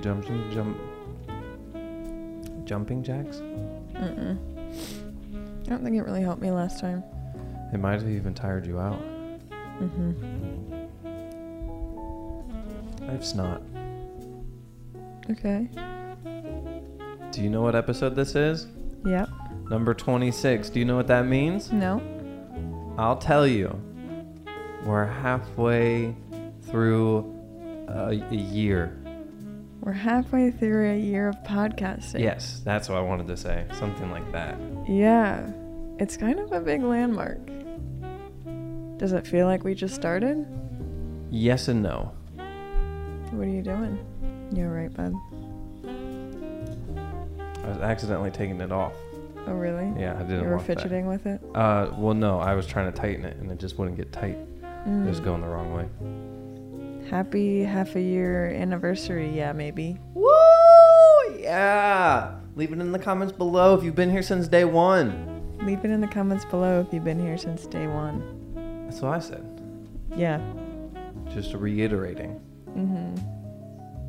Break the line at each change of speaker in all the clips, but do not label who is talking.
jumps and jump jumping jacks?
Mm-mm. I don't think it really helped me last time.
It might have even tired you out.
Mm-hmm.
I have snot.
Okay.
Do you know what episode this is?
Yep.
Number 26. Do you know what that means?
No.
I'll tell you. We're halfway through a, a year.
We're halfway through a year of podcasting.
Yes, that's what I wanted to say. Something like that.
Yeah. It's kind of a big landmark. Does it feel like we just started?
Yes and no.
What are you doing? You're right, bud.
I was accidentally taking it off.
Oh, really?
Yeah, I didn't
You were
want that.
fidgeting with it?
Uh, well, no, I was trying to tighten it and it just wouldn't get tight. It
Mm.
was going the wrong way.
Happy half a year anniversary. Yeah, maybe.
Woo! Yeah! Leave it in the comments below if you've been here since day one.
Leave it in the comments below if you've been here since day one.
That's what I said.
Yeah.
Just reiterating.
Mm-hmm.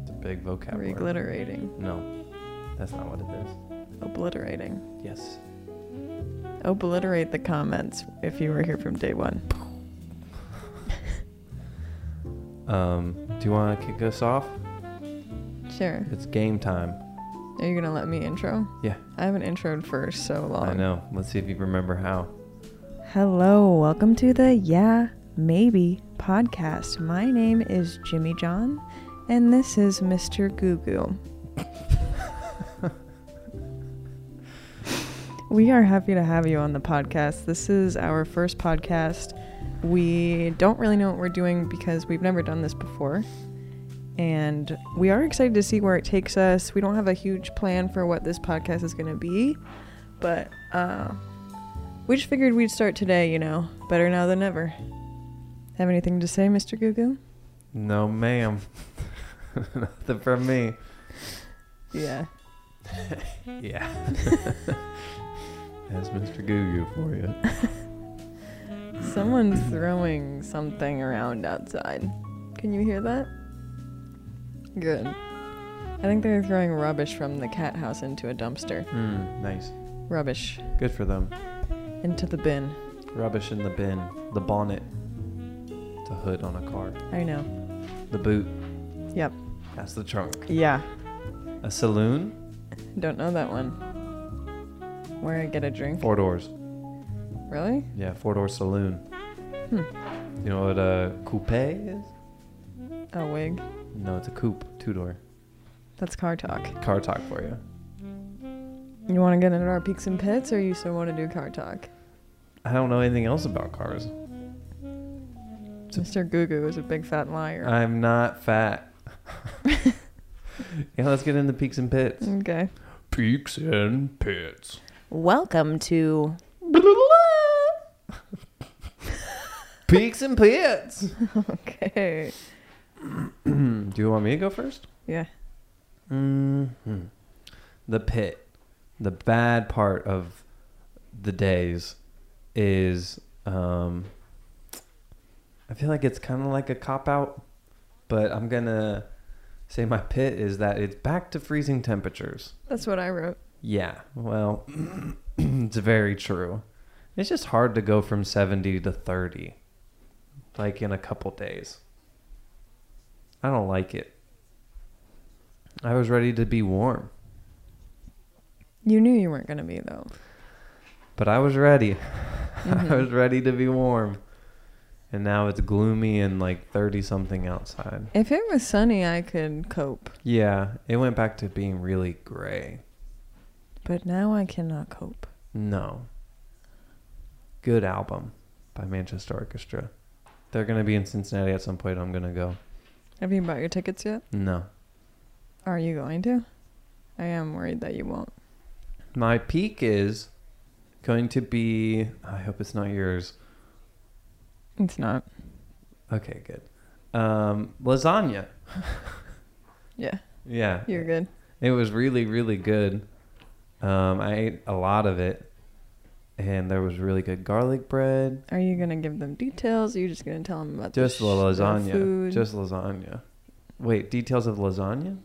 It's a big vocab word.
Regliterating.
No, that's not what it is.
Obliterating.
Yes.
Obliterate the comments if you were here from day one.
Um, do you want to kick us off?
Sure.
It's game time.
Are you gonna let me intro?
Yeah.
I haven't introed for so long.
I know. Let's see if you remember how.
Hello, welcome to the Yeah Maybe podcast. My name is Jimmy John, and this is Mr. Goo Goo. we are happy to have you on the podcast. This is our first podcast. We don't really know what we're doing because we've never done this before. And we are excited to see where it takes us. We don't have a huge plan for what this podcast is going to be, but uh, we just figured we'd start today, you know. Better now than ever. Have anything to say, Mr. Goo Goo?
No, ma'am. Nothing from me.
Yeah.
Yeah. That's Mr. Goo Goo for you.
Someone's throwing something around outside. Can you hear that? Good. I think they're throwing rubbish from the cat house into a dumpster.
Hmm. Nice.
Rubbish.
Good for them.
Into the bin.
Rubbish in the bin. The bonnet. The hood on a car.
I know.
The boot.
Yep.
That's the trunk.
Yeah.
A saloon.
Don't know that one. Where I get a drink.
Four doors.
Really?
Yeah, four door saloon. You know what a coupe is?
A wig.
No, it's a coupe. Two door.
That's car talk.
Car talk for you.
You want to get into our peaks and pits, or you still want to do car talk?
I don't know anything else about cars. It's a-
Mr. Goo Goo is a Uh, big fat liar.
I'm not fat. yeah, let's get into peaks and pits.
okay.
Peaks and pits.
Welcome to.
peaks and pits.
Okay.
Do you want me to go first?
Yeah.
hmm The pit. The bad part of the days is um I feel like it's kind of like a cop out, but I'm going to say my pit is that it's back to freezing temperatures.
That's what I wrote.
Yeah. Well, it's very true. It's just hard to go from 70 to 30 like in a couple days. I don't like it. I was ready to be warm,
You knew you weren't going to be, though.
but I was ready. I
Mhm.
was ready to be warm. And now it's gloomy and like 30 something outside.
If it was sunny, I could cope.
Yeah, it went back to being really gray.
But now I cannot cope.
No. Good album by Manchester Orchestra. They're going to be in Cincinnati at some point. I'm going to go.
Have you bought your tickets yet?
No.
Are you going to? I am worried that you won't.
My peak is going to be. I hope it's not yours.
It's not.
Okay, good. Um, lasagna.
Yeah.
Yeah.
You're good.
It was really, really good. Um, I ate a lot of it. And there was really good garlic bread.
Are you going to give them details? Are you just going to tell them about the
Just the
sh- the
lasagna.
food?
Just lasagna. Wait, details of lasagna?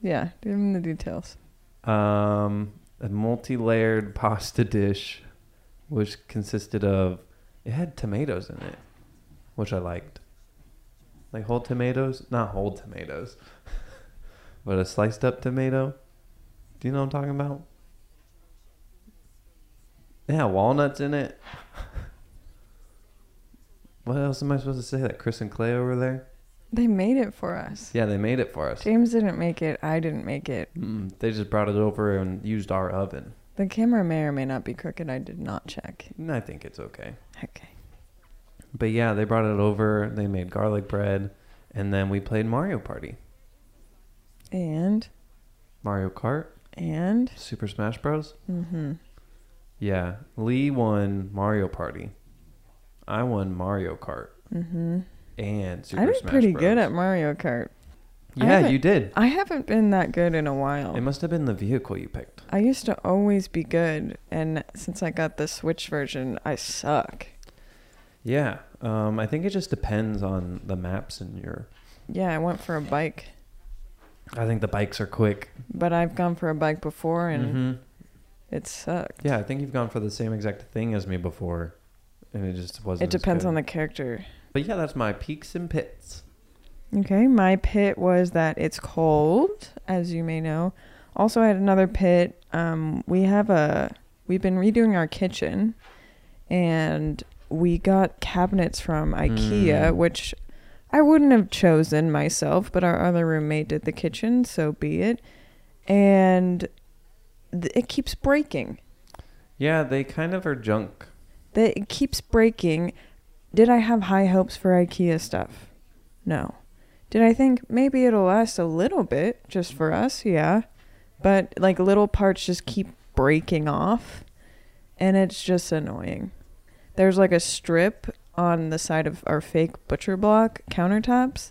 Yeah, give them the details.
Um, a multi-layered pasta dish, which consisted of it had tomatoes in it, which I liked. Like whole tomatoes, not whole tomatoes, but a sliced up tomato. Do you know what I'm talking about? Yeah, walnuts in it. what else am I supposed to say? That Chris and Clay over there?
They made it for us.
Yeah, they made it for us.
James didn't make it. I didn't make it.
Mm, they just brought it over and used our oven.
The camera may or may not be crooked. I did not check.
And I think it's okay.
Okay.
But yeah, they brought it over. They made garlic bread, and then we played Mario Party,
And
Mario Kart,
and
Super Smash Bros.
mm-hmm.
Yeah, Lee won Mario Party. I won Mario Kart
Mm-hmm.
and Super
I did
Smash
pretty
Bros.
good at Mario Kart.
Yeah,
I haven't- Oh.
you did.
I haven't been that good in a while.
It must have been the vehicle you picked.
I used to always be good, and since I got the Switch version, I suck.
Yeah, um, I think it just depends on the maps and your.
Yeah, I went for a bike,
I think the bikes are quick.
but I've gone for a bike before, and
Mhm.
it sucked.
Yeah, I think you've gone for the same exact thing as me before, and it just wasn't.
It
as
depends
good.
on the character.
But yeah, that's my peaks and pits.
Okay, my pit was that it's cold, as you may know. Also, I had another pit. Um, we have a we've been redoing our kitchen, and we got cabinets from IKEA,
Mm.
which I wouldn't have chosen myself, but our other roommate did the kitchen, so be it. And th- it keeps breaking.
Yeah, they kind of are junk.
That it keeps breaking. Did I have high hopes for IKEA stuff? No. Did I think maybe it'll last a little bit just for us? Yeah. But like little parts just keep breaking off and it's just annoying. There's like a strip on the side of our fake butcher block countertops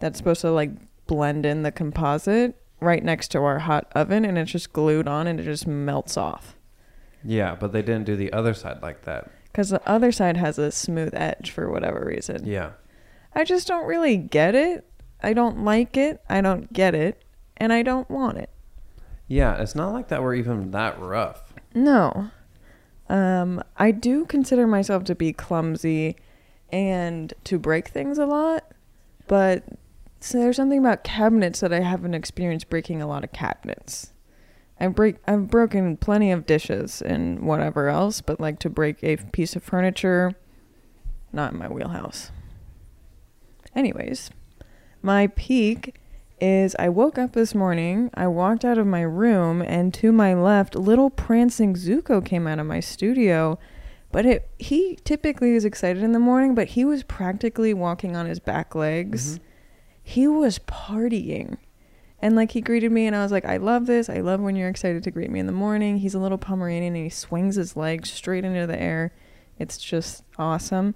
that's supposed to like blend in the composite right next to our hot oven and it's just glued on and it just melts off.
Yeah, but they didn't do the other side like that.
Because the other side has a smooth edge for whatever reason.
Yeah.
I just don't really get it. I don't like it. I don't get it. And I don't want it.
Yeah, it's not like that we're even that rough.
No. Um, I do consider myself to be clumsy and to break things a lot. But so there's something about cabinets that I haven't experienced breaking a lot of cabinets. I break I've broken plenty of dishes and whatever else, but like to break a piece of furniture, not in my wheelhouse. Anyways, my peak is I woke up this morning, I walked out of my room, and to my left, little prancing Zuko came out of my studio. But it, he typically is excited in the morning, but he was practically walking on his back legs he was partying. And like he greeted me, and I was like, I love this. I love when you're excited to greet me in the morning. He's a little Pomeranian and he swings his legs straight into the air. It's just awesome.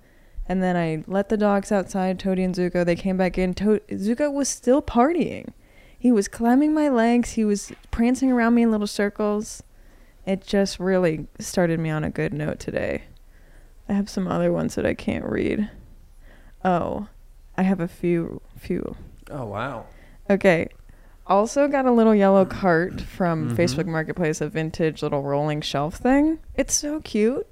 And then I let the dogs outside, Toadie and Zuko. They came back in. To- Zuko was still partying. He was climbing my legs, he was prancing around me in little circles. It just really started me on a good note today. I have some other ones that I can't read. Oh, I have a few, few.
Oh, wow.
Okay. Also got a little yellow cart from
Mhm.
Facebook Marketplace, a vintage little rolling shelf thing. It's so cute.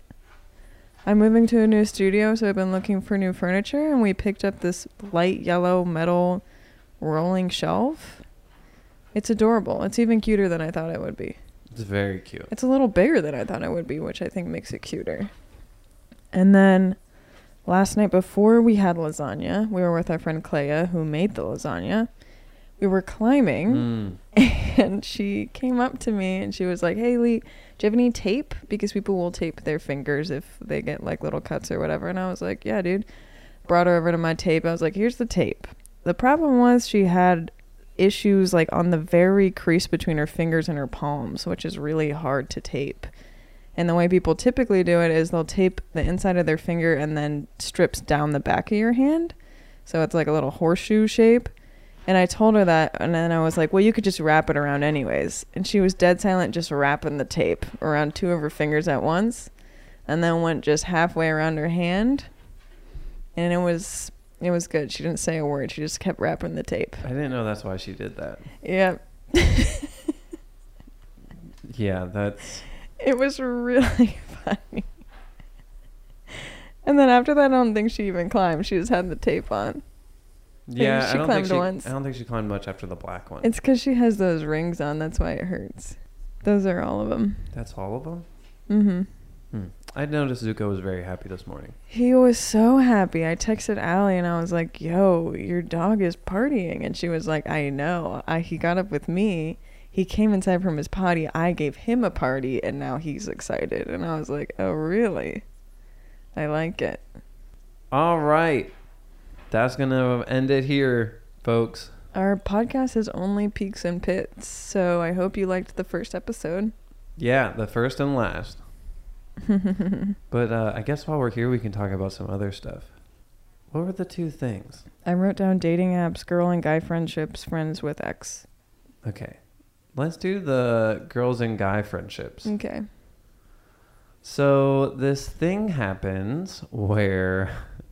I'm moving to a new studio, so I've been looking for new furniture, and we picked up this light yellow metal rolling shelf. It's adorable. It's even cuter than I thought it would be.
It's very cute.
It's a little bigger than I thought it would be, which I think makes it cuter. And then last night before we had lasagna, we were with our friend Clea, who made the lasagna. We were climbing
Mm.
and she came up to me and she was like, "Hey Lee, do you have any tape? Because people will tape their fingers if they get like little cuts or whatever." And I was like, "Yeah, dude." Brought her over to my tape. I was like, "Here's the tape." The problem was she had issues like on the very crease between her fingers and her palms, which is really hard to tape. And the way people typically do it is they'll tape the inside of their finger and then strips down the back of your hand. So it's like a little horseshoe shape. And I told her that, and then I was like, "Well, you could just wrap it around anyways." And she was dead silent, just wrapping the tape around two of her fingers at once, and then went just halfway around her hand. And it was it was good. She didn't say a word. She just kept wrapping the tape.
I didn't know that's why she did that.
Yep.
yeah, that's
It was really funny. And then after that, I don't think she even climbed. She just had the tape on. Maybe
yeah.
she
I don't
climbed
think she.
once.
I don't think she climbed much after the black one.
It's because she has those rings on. That's why it hurts. Those are all of them.
that's all of them.
Mm-hmm.
I noticed Zuko was very happy this morning.
He was so happy. I texted Allie and I was like, "Yo, your dog is partying," and she was like, "I know. I, he got up with me. He came inside from his potty. I gave him a party, and now he's excited." And I was like, "Oh, really? I like it."
All right, that's gonna end it here, folks.
Our podcast is only peaks and pits, so I hope you liked the first episode.
Yeah, the first and last. But uh, I guess while we're here, we can talk about some other stuff. What were the two things?
I wrote down dating apps, girl and guy friendships, friends with ex.
Okay, let's do the girls and guy friendships.
Okay.
So this thing happens where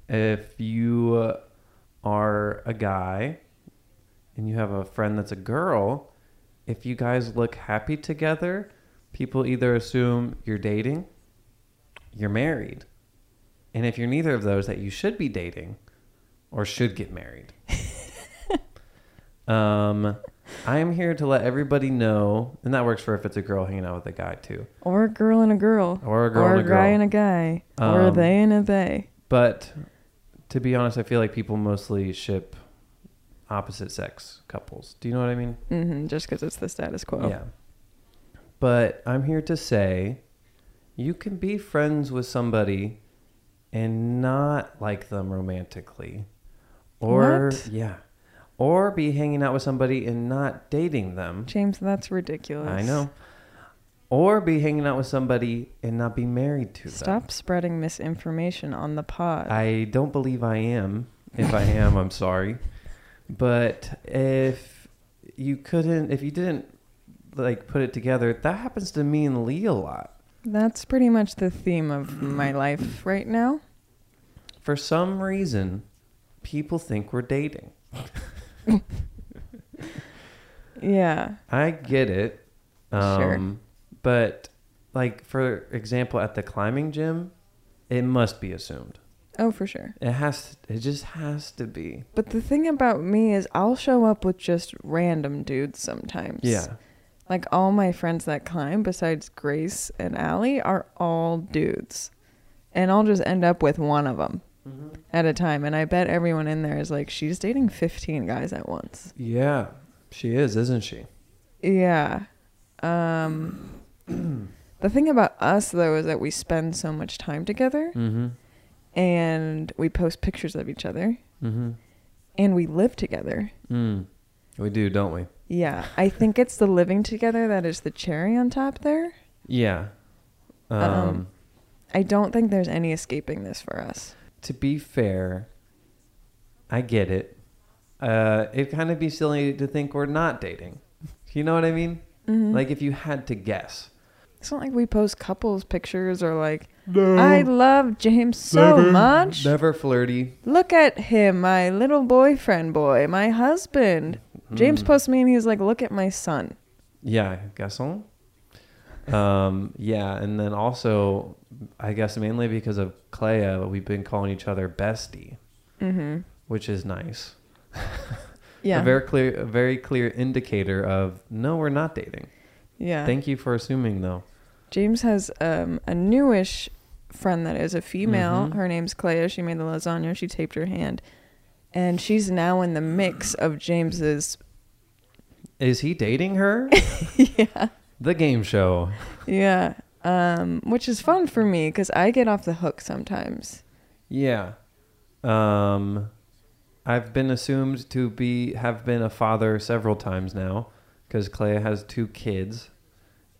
if you are a guy and you have a friend that's a girl, if you guys look happy together, people either assume you're dating, you're married. And if you're neither of those, that you should be dating or should get married. um I am here to let everybody know, and that works for if it's a girl hanging out with a guy too.
Or a girl and a girl.
Or a girl
or
and
a,
a girl.
guy and a guy. or a
Um,
they and a they.
But to be honest, I feel like people mostly ship opposite sex couples. Do you know what I mean?
hmm just because it's the status quo.
Yeah. But I'm here to say you can be friends with somebody and not like them romantically. Or
What?
yeah. Or be hanging out with somebody and not dating them.
James, that's ridiculous.
I know. Or be hanging out with somebody and not be married to them.
Stop spreading misinformation on the pod.
I don't believe I am. If I am, I'm sorry. But if you couldn't, if you didn't like put it together, that happens to me and Lee a lot.
that's pretty much the theme of my life right now.
For some reason, people think we're dating.
Yeah.
I get it.
Sure.
Um, But like, for example, at the climbing gym, it must be assumed.
Oh, for sure.
It has. It just has to be.
But the thing about me is, I'll show up with just random dudes sometimes.
Yeah.
Like all my friends that climb, besides Grace and Allie, are all dudes. And I'll just end up with one of them
Mm-hmm.
at a time. And I bet everyone in there is like, she's dating 15 guys at once.
Yeah. She is, isn't she?
Yeah. Um, the thing about us, though, is that we spend so much time together
Mm-hmm.
and we post pictures of each other
Mm-hmm.
and we live together.
Mm. We do, don't we?
Yeah. I think it's the living together that is the cherry on top there.
Yeah. Um,
Um, I don't think there's any escaping this for us.
to be fair, I get it. Uh, it'd kind of be silly to think we're not dating. You know what I mean?
Mm-hmm.
Like if you had to guess.
It's not like we post couples pictures or like, I love James so much.
Never flirty.
Look at him, my little boyfriend boy, my husband. James posts me and he's like, look at my son.
Yeah, garçon. Um, yeah, and then also, I guess mainly because of Clea, we've been calling each other bestie,
Mm-hmm.
which is nice.
Yeah.
A very clear, a very clear indicator of no, we're not dating.
yeah.
Thank you for assuming though.
James has um, a newish friend that is a female.
Mhm.
Her name's Clea. She made the lasagna. She taped her hand. And she's now in the mix of James's.
Is he dating her?
yeah.
the game show.
Yeah. Um, which is fun for me because I get off the hook sometimes.
Yeah. Um I've been assumed to be have been a father several times now cuz Clea has two kids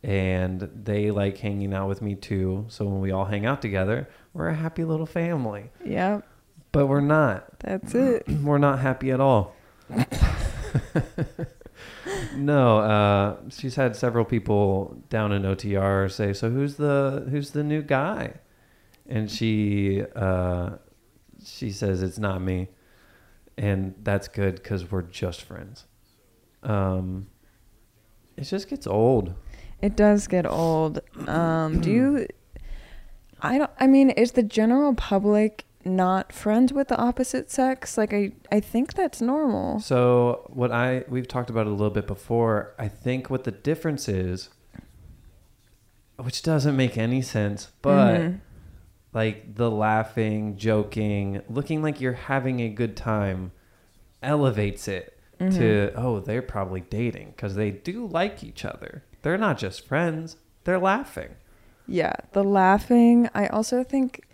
and they like hanging out with me too. So when we all hang out together, we're a happy little family.
Yeah.
But we're not.
That's
Mm.
it.
We're not happy at all. no, uh, she's had several people down in OTR say, "So who's the who's the new guy?" And she uh, she says, "It's not me," and that's good because we're just friends. Um, It just gets old.
It does get old. Um, do you? I don't. I mean, is the general public not friends with the opposite sex? Like, I I think that's normal.
So what I we've talked about it a little bit before. I think what the difference is, which doesn't make any sense, but
Mhm.
like the laughing, joking, looking like you're having a good time, elevates it
Mm-hmm.
to oh they're probably dating because they do like each other. They're not just friends. They're laughing.
yeah, the laughing. I also think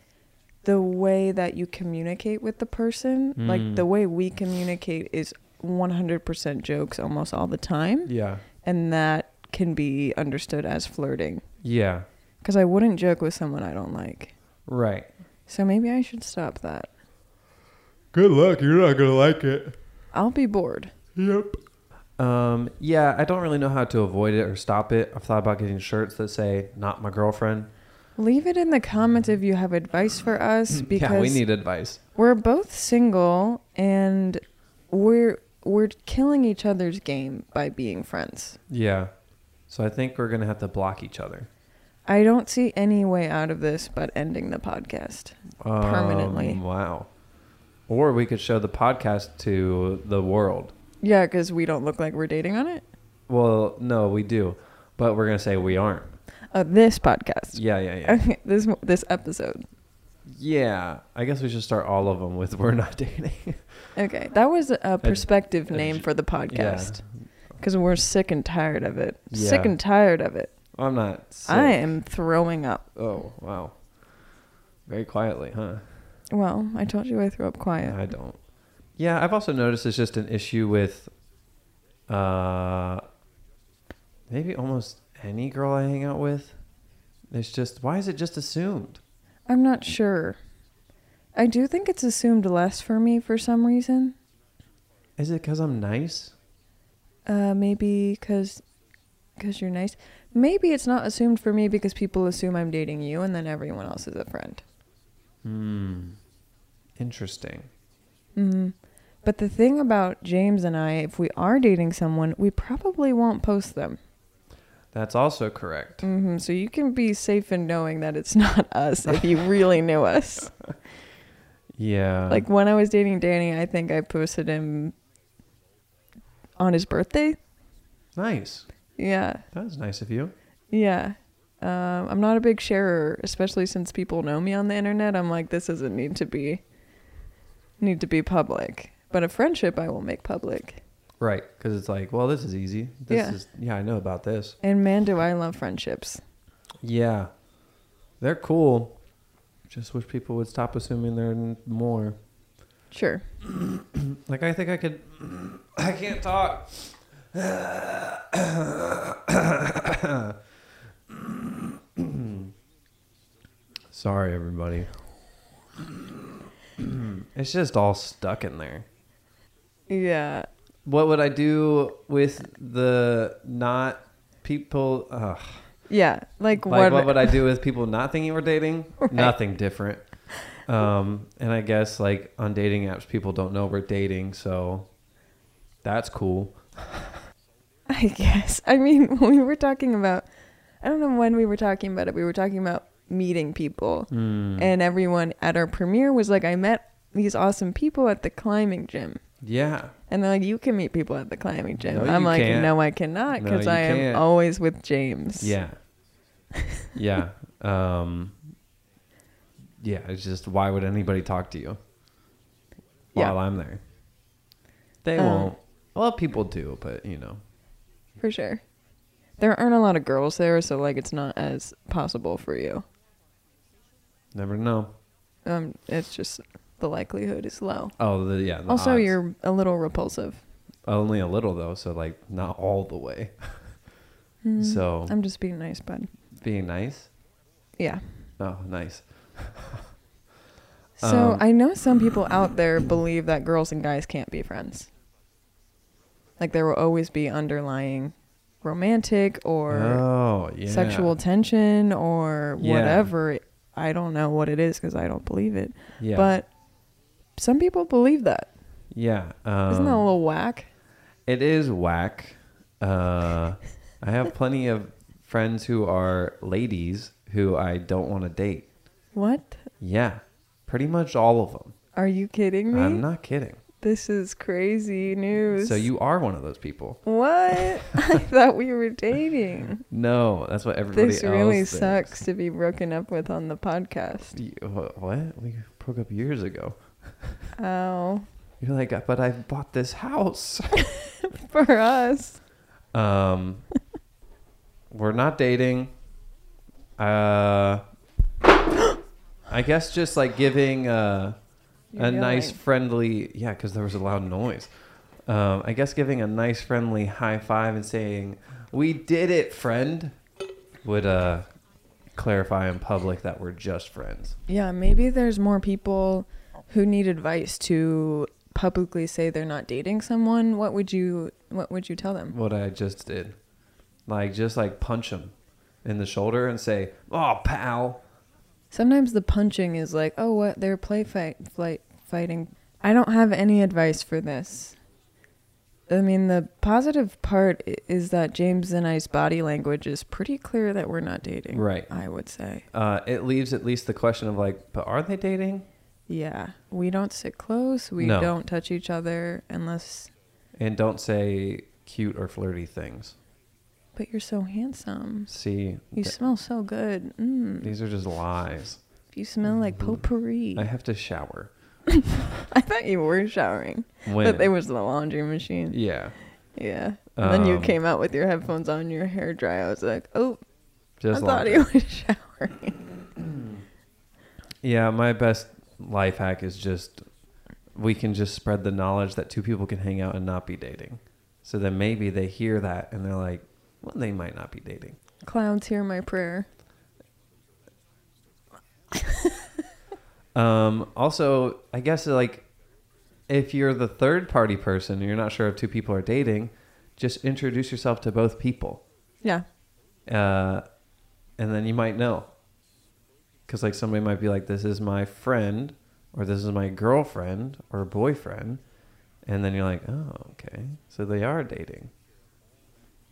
the way that you communicate with the person, like
Mm.
the way we communicate, is 100% jokes almost all the time,
Yeah.
and that can be understood as flirting.
Yeah.
Because I wouldn't joke with someone I don't like.
Right.
So maybe I should stop that.
Good luck. You're not gonna like it.
I'll be bored.
Yep. Um, yeah, I don't really know how to avoid it or stop it. I've thought about getting shirts that say "Not my girlfriend."
Leave it in the comments if you have advice for us because
yeah, we need advice.
are both single and we're we're killing each other's game by being friends.
Yeah. So I think we're gonna have to block each other
I don't see any way out of this but ending the podcast.
Um,
Permanently.
Wow. Or we could show the podcast to the world.
Yeah, because we don't look like we're dating on it.
Well, no, we do, but we're gonna say we aren't.
Uh, this podcast.
Yeah, yeah, yeah.
Okay, this this episode.
yeah. I guess we should start all of them with "We're not dating."
Okay, that was a perspective
a
name
j-
for the podcast because we're sick and tired of it. Sick
Yeah.
and tired of it.
I'm not. Sick.
I am throwing up.
Oh wow. Very quietly, huh?
Well, I told you I threw up quiet.
I don't. Yeah, I've also noticed it's just an issue with uh maybe almost any girl I hang out with. It's just why is it just assumed?
I'm not sure. I do think it's assumed less for me for some reason.
Is it cuz I'm nice?
Uh, maybe because because you're nice. Maybe it's not assumed for me because people assume I'm dating you and then everyone else is a friend.
Hmm. Interesting.
Mm. But the thing about James and I, if we are dating someone, we probably won't post them.
That's also correct.
hmm So you can be safe in knowing that it's not us if you really knew us.
Yeah.
Like when I was dating Danny, I think I posted him on his birthday.
nice.
Yeah.
That was nice of you.
Yeah. Um, I'm not a big sharer, especially since people know me on the internet. I'm like, this doesn't need to be need to be public. But a friendship I will make public.
Right, cuz it's like, well, this is easy. This
Yeah.
is Yeah, I know about this.
And man do I love friendships.
Yeah. They're cool. Just wish people would stop assuming they're n- more.
Sure.
Like I think I could. I can't talk. Sorry, everybody. it's just all stuck in there.
Yeah.
What would I do with the not people? Ugh.
Yeah. Like,
Like,
what,
what would I do with people not thinking we're dating? Nothing different. Um, and I guess like on dating apps, people don't know we're dating, so that's cool.
I guess. I mean, when we were talking about I don't know when we were talking about it. We were talking about meeting people.
Mm.
And everyone at our premiere was like, I met these awesome people at the climbing gym.
Yeah.
And they're like, you can meet people at the climbing gym.
No,
I'm
you
like,
can't.
no, I cannot
No,
because
you
I am
can't.
always with James.
Yeah. Yeah. um, yeah. It's just why would anybody talk to you
Yeah.
while I'm there? They
Um,
won't. Well, people do, but you know.
For sure. There aren't a lot of girls there, so like it's not as possible for you.
Never know.
Um, it's just the likelihood is low.
Oh, the, yeah. the
Also,
odds.
you're a little repulsive.
only a little though, so like not all the way.
Hmm.
So
Mm-hmm. I'm just being nice, bud.
being nice.
Yeah.
Oh, nice.
So
Um,
I know some people out there believe that girls and guys can't be friends. Like there will always be underlying romantic or
oh, yeah.
sexual tension or
Yeah.
whatever. I don't know what it is because I don't believe it.
Yeah.
But some people believe that.
yeah. Um,
Isn't that a little whack?
It is whack. Uh, I have plenty of friends who are ladies who I don't want to date.
What?
Yeah, pretty much all of them.
Are you kidding me?
I'm not kidding.
This is crazy news.
So you are one of those people.
What? I thought we were dating.
No, that's what everybody
This
else
really
thinks.
sucks to be broken up with on the podcast.
You- wh- What? We broke up years ago.
Oh,
You're like, but I bought this house.
for us.
Um, we're not dating. Uh, I guess just like giving uh, a
You're
nice
yelling.
friendly yeah, because there was a loud noise. Um, I guess giving a nice friendly high five and saying "We did it, friend" would uh, clarify in public that we're just friends.
Yeah, maybe there's more people who need advice to publicly say they're not dating someone. What would you What would you tell them?
What I just did, like just like punch him in the shoulder and say, "Oh, pal."
Sometimes the punching is like, oh, what they're play fight flight fighting. I don't have any advice for this. I mean, the positive part i- is that James and I's body language is pretty clear that we're not dating.
Right.
I would say.
uh, it leaves at least the question of like, but are they dating?
Yeah. We don't sit close. We
No.
don't touch each other unless,
And don't say cute or flirty things.
but you're so handsome.
See,
You
th-
smell so good. Mm.
these are just lies.
You smell like potpourri.
Mm-hmm. I have to shower.
I thought you were showering,
When?
but it was the laundry machine.
yeah,
Yeah. And then you
Um,
came out with your headphones on, your hair dry. I was like, oh,
just
I thought
laundry.
he was showering.
Yeah, my best life hack is just we can just spread the knowledge that two people can hang out and not be dating. So then maybe they hear that and they're like, well, they might not be dating.
Clowns hear my prayer.
Um, also, I guess like if you're the third party person and you're not sure if two people are dating, just introduce yourself to both people,
Yeah.
uh, and then you might know. Because like somebody might be like, "This is my friend," or "This is my girlfriend" or "boyfriend," and then you're like, "Oh, okay, so they are dating."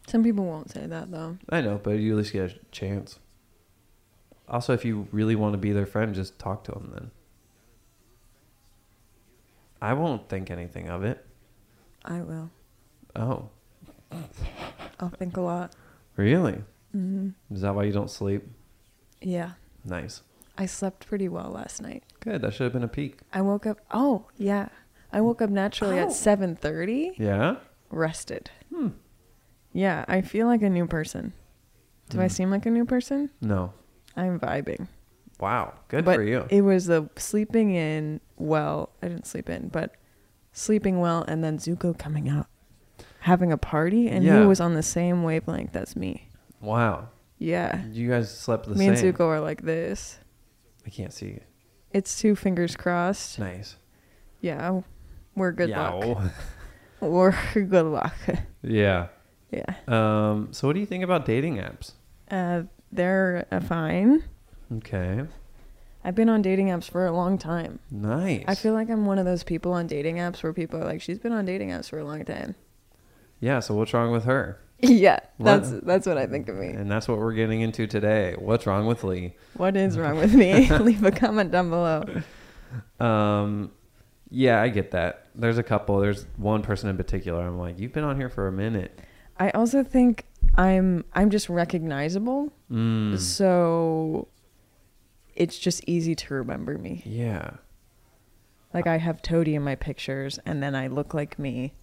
Some people won't say that though.
I know, but you at least get a chance. Also, if you really want to be their friend, just talk to them then. I won't think anything of it.
I will.
Oh,
I'll think a lot.
really?
hmm
Is that why you don't sleep?
Yeah.
Nice.
I slept pretty well last night.
Good. That should have been a peak.
I woke up. Oh, yeah. I woke up naturally
Oh.
at 7:30,
Yeah?
rested.
Hmm.
Yeah, I feel like a new person. Do I
Hmm.
seem like a new person?
No.
I'm vibing.
Wow. Good
but
for you.
It was the sleeping in well. I didn't sleep in, but sleeping well, and then Zuko coming out, having a party, and
Yeah.
he was on the same wavelength as me.
wow.
Yeah,
You guys slept the
me
same.
and Zuko are like this.
I can't see.
It's two fingers crossed.
Nice.
Yeah, we're good luck.
Yow.
We're good luck.
yeah.
yeah,
Um, so, what do you think about dating apps?
uh, they're uh, fine.
Okay.
I've been on dating apps for a long time.
Nice.
I feel like I'm one of those people on dating apps where people are like, "She's been on dating apps for a long time."
yeah. So, what's wrong with her?
yeah,
What-
that's that's what I think of me.
And that's what we're getting into today. What's wrong with Lee?
What is wrong with me? Leave a comment down below.
Um, yeah, I get that. There's a couple. There's one person in particular. I'm like, you've been on here for a minute.
I also think I'm I'm just recognizable,
Mm,
so it's just easy to remember me.
yeah.
Like I have Toady in my pictures, and then I look like me,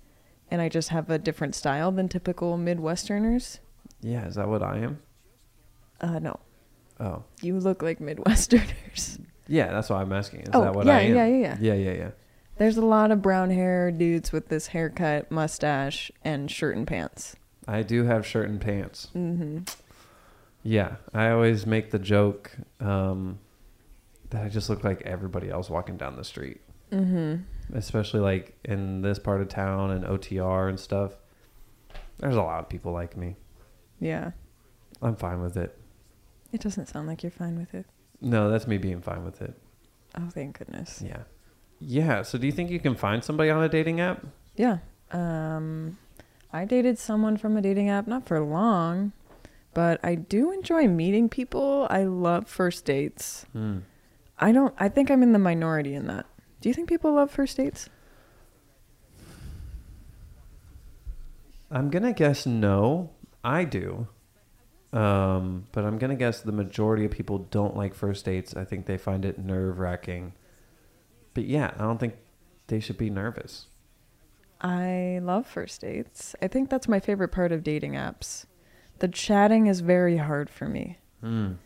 and I just have a different style than typical Midwesterners.
Yeah. Is that what I am?
Uh, no,
Oh,
you look like Midwesterners.
yeah. That's why I'm asking. Is
Oh,
that what
yeah,
I am?
yeah, yeah,
yeah. Yeah. Yeah.
There's a lot of brown hair dudes with this haircut, mustache, and shirt and pants.
I do have shirt and pants.
Mm-hmm.
Yeah. I always make the joke um, that I just look like everybody else walking down the street,
Mm-hmm.
especially like in this part of town and OTR and stuff. There's a lot of people like me.
Yeah.
I'm fine with it.
It doesn't sound like you're fine with it.
No, that's me being fine with it.
Oh, thank goodness.
Yeah. Yeah. So do you think you can find somebody on a dating app?
Yeah. Um, I dated someone from a dating app, not for long, but I do enjoy meeting people. I love first dates.
Mm.
I don't I think I'm in the minority in that. Do you think people love first dates?
I'm gonna guess no. I do, um, but I'm gonna guess the majority of people don't like first dates. I think they find it nerve wracking. But yeah, I don't think they should be nervous.
I love first dates. I think that's my favorite part of dating apps. The chatting is very hard for me.
Mm.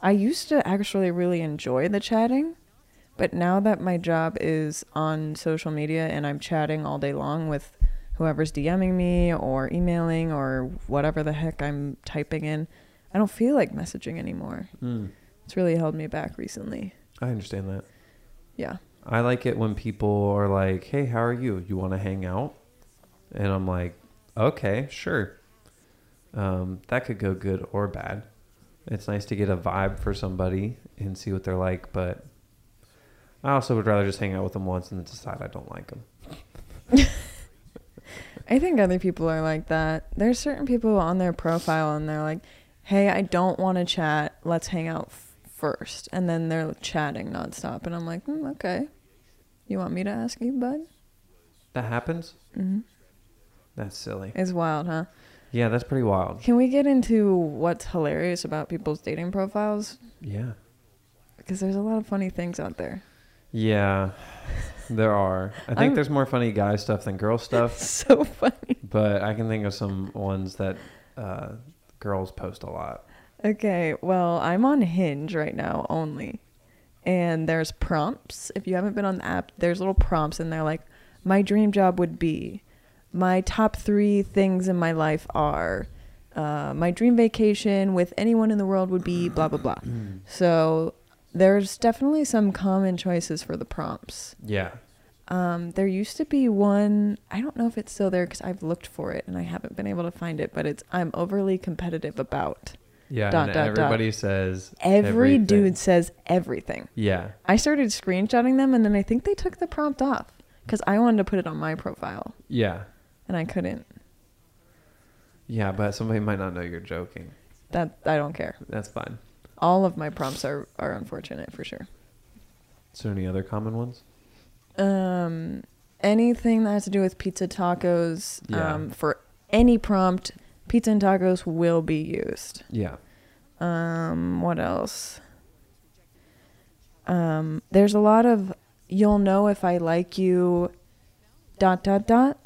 I used to actually really enjoy the chatting, but now that my job is on social media and I'm chatting all day long with whoever's DMing me or emailing or whatever the heck I'm typing in, I don't feel like messaging anymore.
Mm.
It's really held me back recently.
I understand that.
Yeah.
I like it when people are like, "Hey, how are you? You want to hang out?" And I'm like, "Okay, sure." Um, that could go good or bad. It's nice to get a vibe for somebody and see what they're like, but I also would rather just hang out with them once and then decide I don't like them.
I think other people are like that. There's certain people on their profile and they're like, "Hey, I don't want to chat. Let's hang out f- first. And then they're chatting nonstop, and I'm like, mm, "Okay, you want me to ask you, bud?"
That happens.
Mm-hmm.
That's silly.
It's wild, huh?
Yeah, that's pretty wild.
Can we get into what's hilarious about people's dating profiles?
Yeah.
Because there's a lot of funny things out there.
Yeah. There are. I think
I'm-
there's more funny guy stuff than girl stuff,
so funny.
but I can think of some ones that uh, girls post a lot.
Okay, well, I'm on Hinge right now only. And there's prompts. If you haven't been on the app, there's little prompts, and they're like, my dream job would be, my top three things in my life are, uh, my dream vacation with anyone in the world would be, blah, blah, blah. so there's definitely some common choices for the prompts.
Yeah.
Um, there used to be one. I don't know if it's still there because I've looked for it and I haven't been able to find it. But it's I'm overly competitive about.
Yeah.
Dot,
and
dot, dot.
everybody says
Every
everything.
dude says everything.
Yeah.
I started screenshotting them and then I think they took the prompt off because I wanted to put it on my profile
Yeah.
and I couldn't.
Yeah, but somebody might not know you're joking.
That I don't care.
That's fine.
All of my prompts are are unfortunate for sure.
So any other common ones?
Um, anything that has to do with pizza tacos.
Yeah.
Um, for any prompt, pizza and tacos will be used.
Yeah.
Um, what else? Um, there's a lot of you'll know if I like you dot dot dot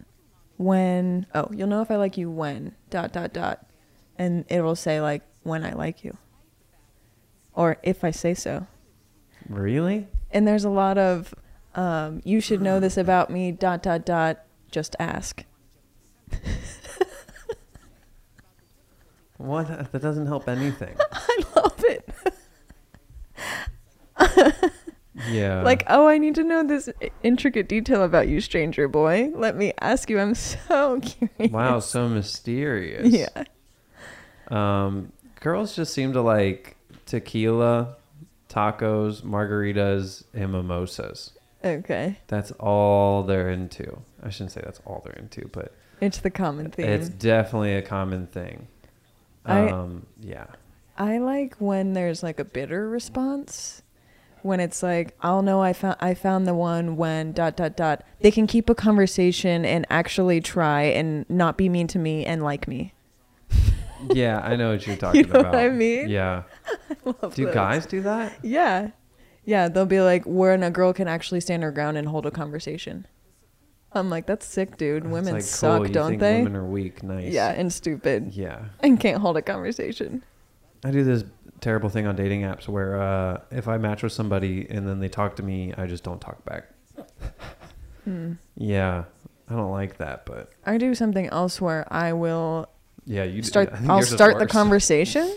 when oh, you'll know if I like you when dot dot dot and it'll say like when I like you or if I say so.
Really?
And there's a lot of um, you should know this about me dot dot dot just ask.
What? That doesn't help anything.
I love it.
yeah.
like, oh, I need to know this intricate detail about you, stranger boy. Let me ask you. I'm so curious.
wow, so mysterious.
Yeah.
Um, girls just seem to like tequila, tacos, margaritas, and mimosas.
Okay.
That's all they're into. I shouldn't say that's all they're into, but
It's the common theme.
it's definitely a common thing.
I-
Um, yeah.
I like when there's like a bitter response. When it's like, I'll know I found I found the one when dot dot dot. They can keep a conversation and actually try and not be mean to me and like me.
Yeah, I know what you're talking
know what
about.
I mean?
Yeah.
Love
Do
those.
guys do that?
Yeah. Yeah, they'll be like, when a girl can actually stand her ground and hold a conversation. I'm like, that's sick, dude.
It's
women
like,
suck,
cool, you
don't
think
they?
Women are weak. Nice.
Yeah, and stupid.
Yeah.
And can't hold a conversation.
I do this terrible thing on dating apps where uh, if I match with somebody and then they talk to me, I just don't talk back.
Hmm.
Yeah. I don't like that, but
I do something else where I will
yeah, you
start.
I think
I'll
yours is
start the
worse.
conversation,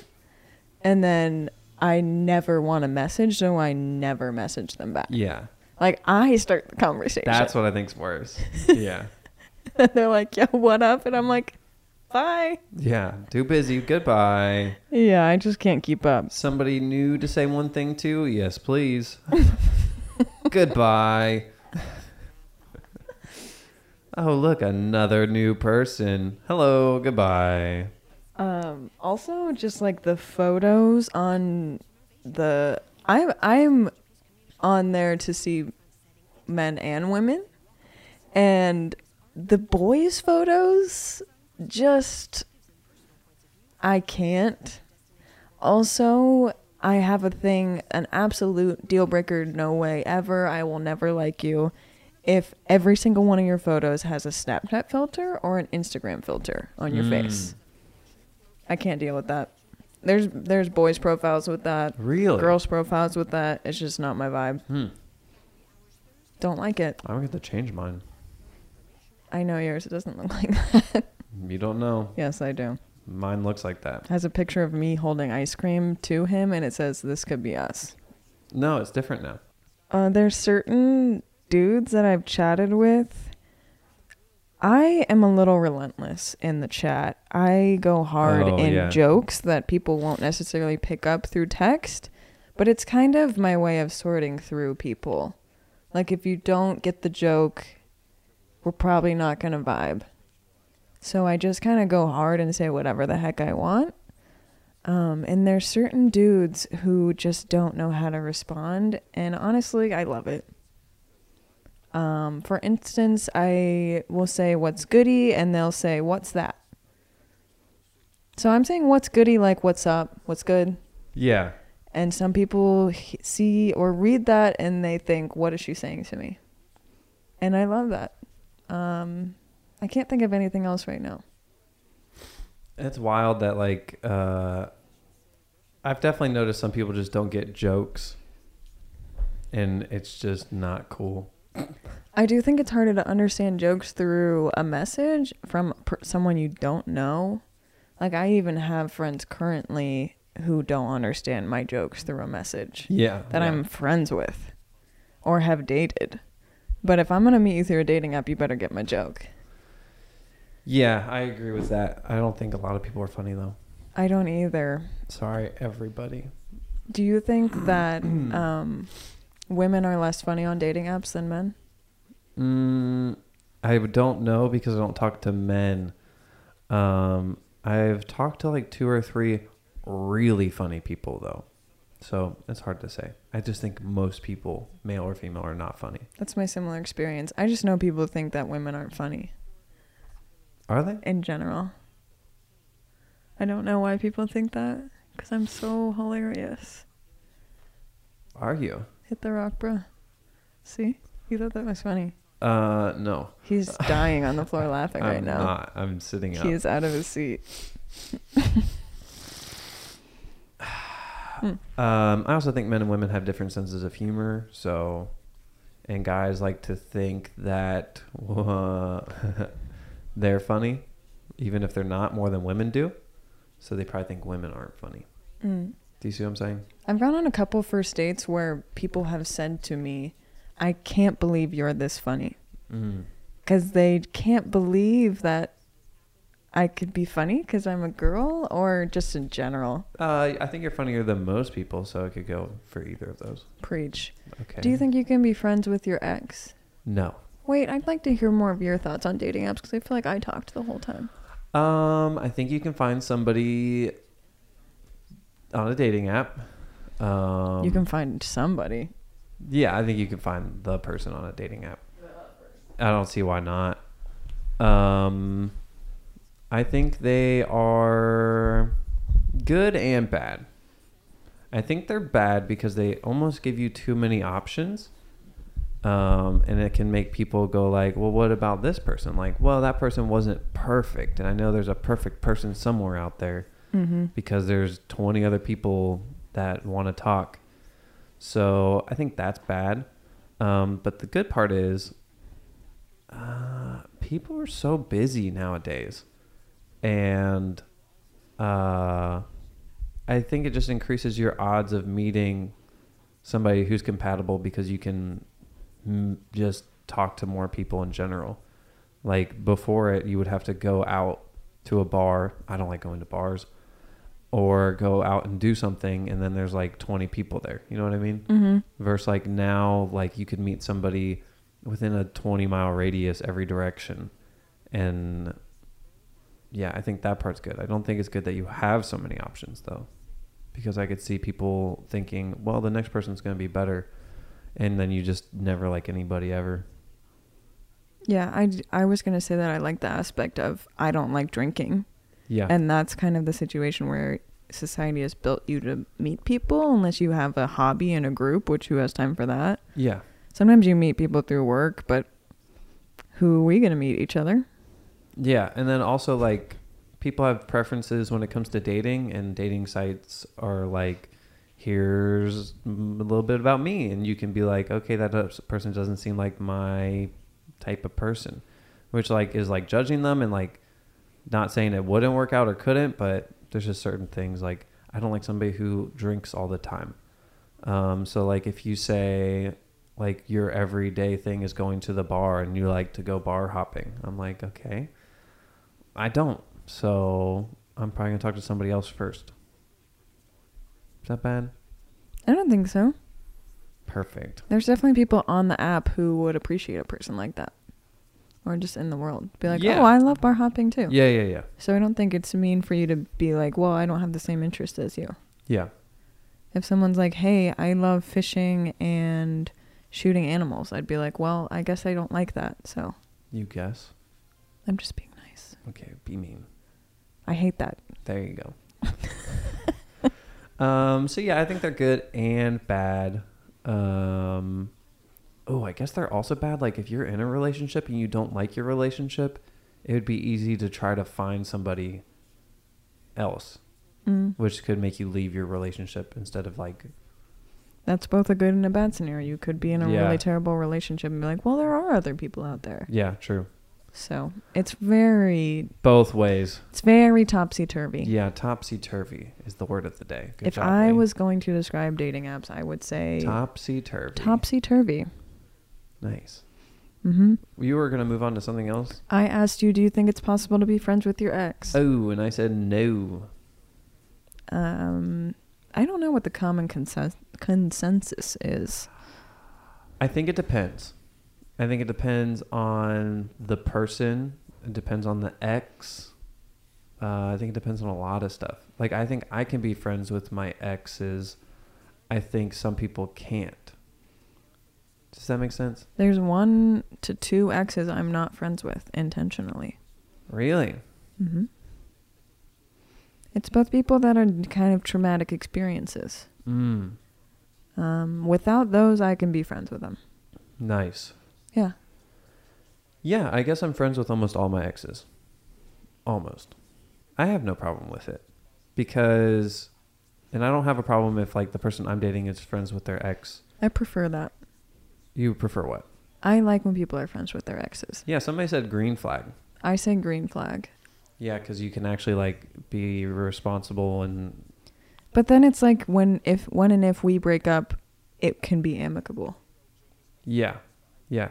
and then I never want to message, so I never message them back.
Yeah.
Like I start the conversation.
That's what I think's worse. Yeah.
and they're like, "Yo, what up?" And I'm like, "Bye."
Yeah. Too busy. Goodbye.
Yeah, I just can't keep up.
Somebody new to say one thing to? Yes, please. Goodbye. Oh, look, another new person. Hello, goodbye.
Um, also, just like the photos on the, I'm I'm on there to see men and women, and the boys' photos just I can't. Also, I have a thing, an absolute deal breaker. No way ever. I will never like you. If every single one of your photos has a Snapchat filter or an Instagram filter on your face, I can't deal with that. There's there's boys profiles with that,
Really?
girls profiles with that. It's just not my vibe.
Hmm.
Don't like it.
I'm going to change mine.
I know yours. It doesn't look like that.
You don't know.
yes, I do.
Mine looks like that.
Has a picture of me holding ice cream to him, and it says, "This could be us."
No, it's different now.
Uh, there's certain dudes that I've chatted with. I am a little relentless in the chat. I go hard
Oh,
in
yeah.
jokes that people won't necessarily pick up through text, but it's kind of my way of sorting through people. Like, if you don't get the joke, we're probably not going to vibe. So I just kind of go hard and say whatever the heck I want. Um, and there's certain dudes who just don't know how to respond, and honestly, I love it. Um, for instance, I will say "What's goody," and they'll say "What's that." So I'm saying "What's goody," like "What's up," "What's good,"
Yeah.
and some people he- see or read that and they think, "What is she saying to me?" And I love that. Um, I can't think of anything else right now.
It's wild that, like, uh, I've definitely noticed some people just don't get jokes. And it's just not cool.
I do think it's harder to understand jokes through a message from per- someone you don't know. Like I even have friends currently who don't understand my jokes through a message
Yeah.
that
yeah.
I'm friends with or have dated. But if I'm going to meet you through a dating app, you better get my joke.
Yeah, I agree with that. I don't think a lot of people are funny, though.
I don't either.
Sorry, everybody.
Do you think that um, women are less funny on dating apps than men?
Mm, I don't know because I don't talk to men. Um, I've talked to like two or three really funny people though, so it's hard to say. I just think most people, male or female, are not funny.
That's my similar experience. I just know people think that women aren't funny.
Are they?
in general. I don't know why people think that because I'm so hilarious.
Are you?
Hit the rock, bruh. See, you thought that was funny.
Uh, no.
He's dying on the floor laughing
I'm
right now.
not. I'm sitting up.
He is out of his seat.
Um, I also think men and women have different senses of humor. So, and guys like to think that uh, they're funny, even if they're not more than women do. So they probably think women aren't funny.
Mm.
Do you see what I'm saying?
I've gone on a couple first dates where people have said to me, "I can't believe you're this funny,"
Mm.
because they can't believe that I could be funny because I'm a girl, or just in general.
Uh, I think you're funnier than most people, so I could go for either of those.
Preach.
Okay.
Do you think you can be friends with your ex?
No.
Wait, I'd like to hear more of your thoughts on dating apps because I feel like I talked the whole time.
Um, I think you can find somebody on a dating app. Um,
you can find somebody.
Yeah, I think you can find the person on a dating app. I don't see why not. Um, I think they are good and bad. I think they're bad because they almost give you too many options. Um, and it can make people go like, well, what about this person? Like, well, that person wasn't perfect. And I know there's a perfect person somewhere out there
Mm-hmm.
because there's 20 other people that want to talk. So I think that's bad. Um, but the good part is, uh, people are so busy nowadays, and uh, I think it just increases your odds of meeting somebody who's compatible because you can m- just talk to more people in general. Like before it, you would have to go out to a bar. I don't like going to bars or go out and do something and then there's like 20 people there you know what i mean
Mm-hmm.
versus like now like you could meet somebody within a 20 mile radius every direction. And yeah, I think that part's good. I don't think it's good that you have so many options though, because I could see people thinking, well, the next person's going to be better. And then you just never like anybody ever.
Yeah, I, d- I was going to say that I like the aspect of I don't like drinking.
Yeah.
And that's kind of the situation where society has built you to meet people unless you have a hobby and a group, which who has time for that?
yeah.
Sometimes you meet people through work, but who are we going to meet each other?
Yeah, and then also like people have preferences when it comes to dating, and dating sites are like, here's mm, a little bit about me, and you can be like, okay, that does- person doesn't seem like my type of person, which like is like judging them and like not saying it wouldn't work out or couldn't, but there's just certain things like I don't like somebody who drinks all the time. Um, so like if you say like your everyday thing is going to the bar and you like to go bar hopping, I'm like okay, I don't. So I'm probably gonna talk to somebody else first. Is that bad?
I don't think so.
Perfect.
There's definitely people on the app who would appreciate a person like that. Or just in the world. Be like,
Yeah.
oh, I love bar hopping too.
Yeah, yeah, yeah,
So I don't think it's mean for you to be like, well, I don't have the same interest as you.
yeah,
If someone's like, hey, I love fishing and shooting animals, I'd be like, well, I guess I don't like that. So
you guess.
I'm just being nice.
Okay, be mean.
I hate that.
There you go. um, so yeah, I think they're good and bad. Um, oh, I guess they're also bad. Like if you're in a relationship and you don't like your relationship, it would be easy to try to find somebody else,
Mm.
which could make you leave your relationship instead of like,
That's both a good and a bad scenario. You could be in a
Yeah.
really terrible relationship and be like, well, there are other people out there.
yeah, true.
So it's very,
Both ways.
it's very topsy turvy.
Yeah, topsy turvy is the word of the day. Good
if
job,
I
Lee.
was going to describe dating apps, I would say
topsy turvy,
topsy turvy.
nice.
hmm
You were gonna move on to something else.
I asked you, do you think it's possible to be friends with your ex?
Oh, and I said no.
Um, I don't know what the common consen- consensus is.
I think it depends. I think it depends on the person. It depends on the ex. Uh, I think it depends on a lot of stuff. Like I think I can be friends with my exes. I think some people can't. Does that make sense?
There's one to two exes I'm not friends with intentionally.
Really?
hmm It's both people that are kind of traumatic experiences. Hmm.
Mm.
Um, without those, I can be friends with them.
Nice.
Yeah.
Yeah, I guess I'm friends with almost all my exes. Almost. I have no problem with it because, and I don't have a problem if like the person I'm dating is friends with their ex.
I prefer that.
You prefer what?
I like when people are friends with their exes.
Yeah, somebody said green flag.
I say green flag.
Yeah, because you can actually like be responsible and
But then it's like when if when and if we break up, it can be amicable.
yeah, yeah.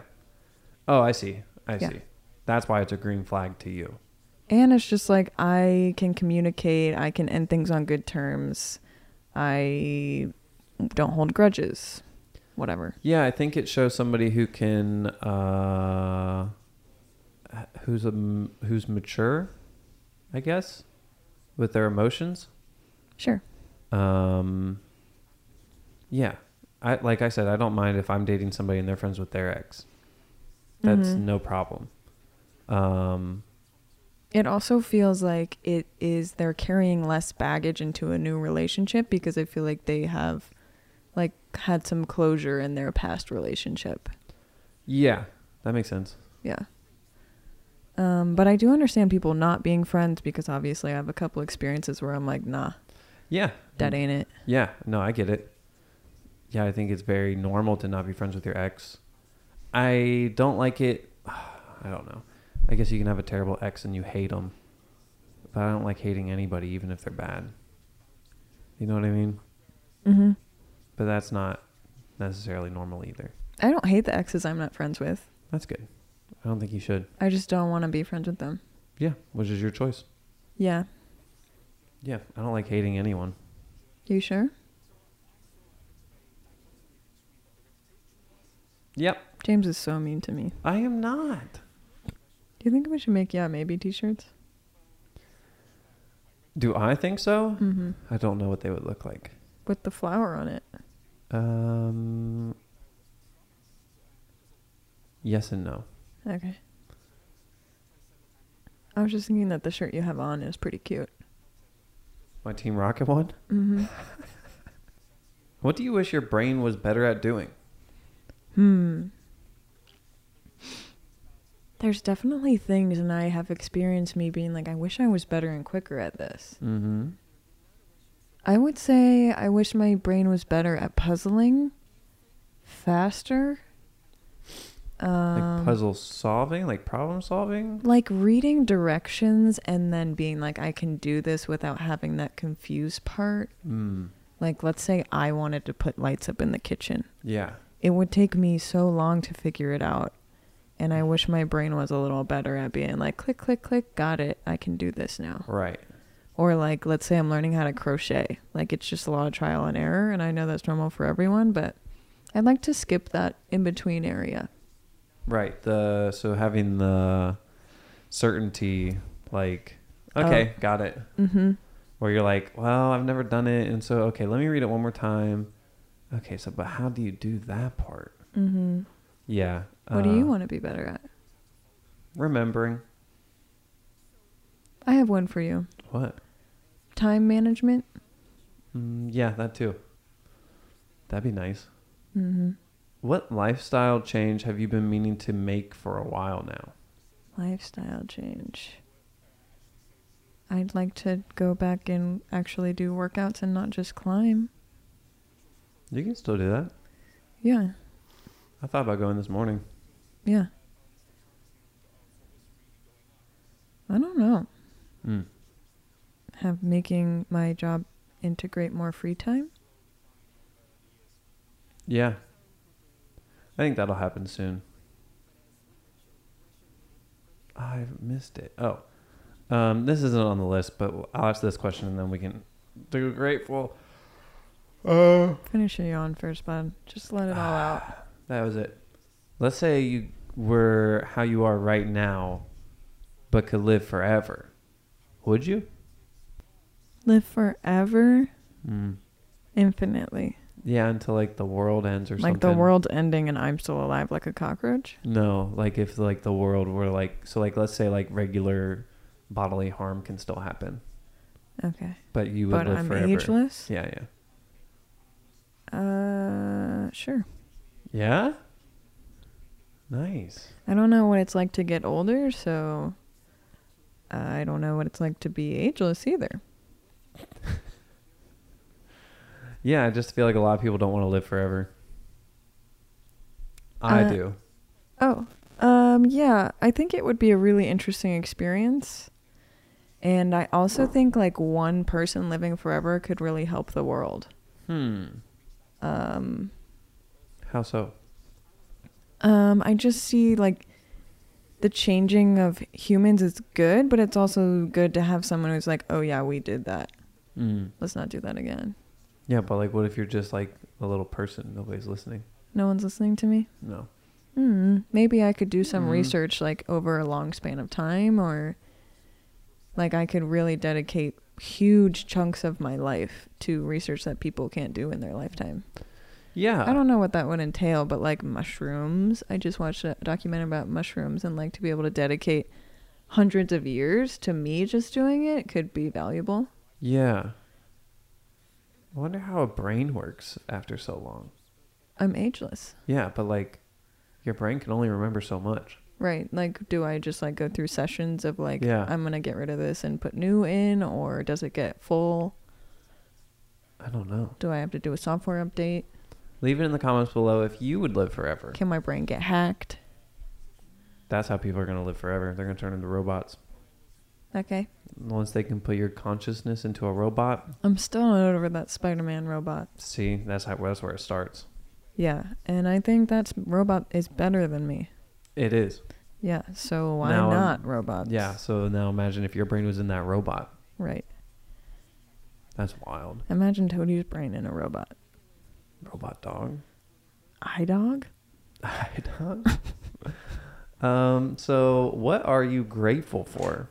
Oh, I see. I
Yeah.
see. That's why it's a green flag to you.
And it's just like I can communicate, I can end things on good terms. I don't hold grudges. Whatever.
Yeah, I think it shows somebody who can, uh, who's a m- who's mature, I guess, with their emotions.
Sure.
Um, yeah, I like I said, I don't mind if I'm dating somebody and they're friends with their ex. That's
Mhm.
no problem. Um,
It also feels like it is they're carrying less baggage into a new relationship because I feel like they have like had some closure in their past relationship.
yeah, that makes sense.
Yeah. Um, but I do understand people not being friends because obviously I have a couple experiences where I'm like, nah,
Yeah,
that ain't it.
Yeah, no, I get it. Yeah, I think it's very normal to not be friends with your ex. I don't like it. I don't know. I guess you can have a terrible ex and you hate them. But I don't like hating anybody, even if they're bad. You know what I mean?
Mm-hmm.
But that's not necessarily normal either.
I don't hate the exes I'm not friends with.
That's good. I don't think you should.
I just don't want to be friends with them.
Yeah, which is your choice.
Yeah.
Yeah, I don't like hating anyone.
You sure?
Yep,
James is so mean to me.
I am not.
Do you think we should make yeah maybe t-shirts?
Do I think so?
Mm-hmm.
I don't know what they would look like.
With the flower on it.
Um. Yes and no.
Okay. I was just thinking that the shirt you have on is pretty cute.
My Team Rocket one.
Mm-hmm.
What do you wish your brain was better at doing?
Hmm. There's definitely things, and I have experienced me being like, I wish I was better and quicker at this.
Mm-hmm.
I would say I wish my brain was better at puzzling, faster.
Like
Um,
puzzle solving, like problem solving.
like reading directions and then being like, I can do this without having that confused part.
Mm.
Like, let's say I wanted to put lights up in the kitchen.
Yeah.
It would take me so long to figure it out. And I wish my brain was a little better at being like, click, click, click, got it. I can do this now.
Right.
Or like, let's say I'm learning how to crochet. Like, it's just a lot of trial and error. And I know that's normal for everyone, but I'd like to skip that in between area.
Right. The so having the certainty, like,
Oh.
okay, got it.
Mm-hmm.
Where you're like, well, I've never done it, and so okay, let me read it one more time. Okay, so but how do you do that part?
Mm-hmm.
Yeah.
What do you
uh,
want to be better at?
Remembering
I have one for you
what?
time management.
Mm, yeah, that too. That'd be nice.
Mm-hmm.
What lifestyle change have you been meaning to make for a while now?
lifestyle change. I'd like to go back and actually do workouts and not just climb.
You can still do that.
Yeah,
I thought about going this morning.
yeah. I don't know.
Mm.
Have making my job integrate more free time?
Yeah. I think that'll happen soon. I've missed it. Oh. Um, this isn't on the list, but I'll ask this question and then we can do grateful. Uh,
Finish your yawn first, bud. Just let it all out.
that was it. Let's say you were how you are right now, but could live forever. Would you?
Live forever,
Mm.
infinitely.
Yeah, until like the world ends or
Like
something.
the world's ending and I'm still alive like a cockroach.
No, like if like the world were like so like let's say like regular bodily harm can still happen,
Okay.
but you would
But
live
I'm
forever.
ageless.
Yeah, yeah,
Uh, sure.
yeah. Nice.
I don't know what it's like to get older, so uh, I don't know what it's like to be ageless either.
Yeah, I just feel like a lot of people don't want to live forever. I
Uh,
do.
Oh, um, yeah, I think it would be a really interesting experience. And I also think like one person living forever could really help the world.
Hmm.
Um,
How so?
um, I just see like the changing of humans is good, but it's also good to have someone who's like, oh yeah, we did that.
Mm.
Let's not do that again.
Yeah, but like, what if you're just like a little person? Nobody's listening.
No one's listening to me.
No.
Hmm, maybe I could do some
Mhm.
research like over a long span of time or like I could really dedicate huge chunks of my life to research that people can't do in their lifetime.
Yeah.
I don't know what that would entail, but like mushrooms, I just watched a documentary about mushrooms and like to be able to dedicate hundreds of years to me just doing it could be valuable.
Yeah. I wonder how a brain works after so long.
I'm ageless.
Yeah, but like your brain can only remember so much.
Right. Like do I just like go through sessions of like
Yeah.
I'm going to get rid of this and put new in or does it get full?
I don't know.
Do I have to do a software update?
Leave it in the comments below if you would live forever.
Can my brain get hacked?
That's how people are going to live forever. They're going to turn into robots.
Okay.
Once they can put your consciousness into a robot,
I'm still not over that Spider Man robot.
see, that's how that's where it starts.
Yeah. And I think that robot is better than me.
It is.
Yeah. So why
Now I'm-
not robots?
Yeah, so now imagine if your brain was in that robot.
Right.
That's wild.
Imagine Toadie's brain in a robot.
Robot dog.
Eye dog?
I don't. um. So, what are you grateful for?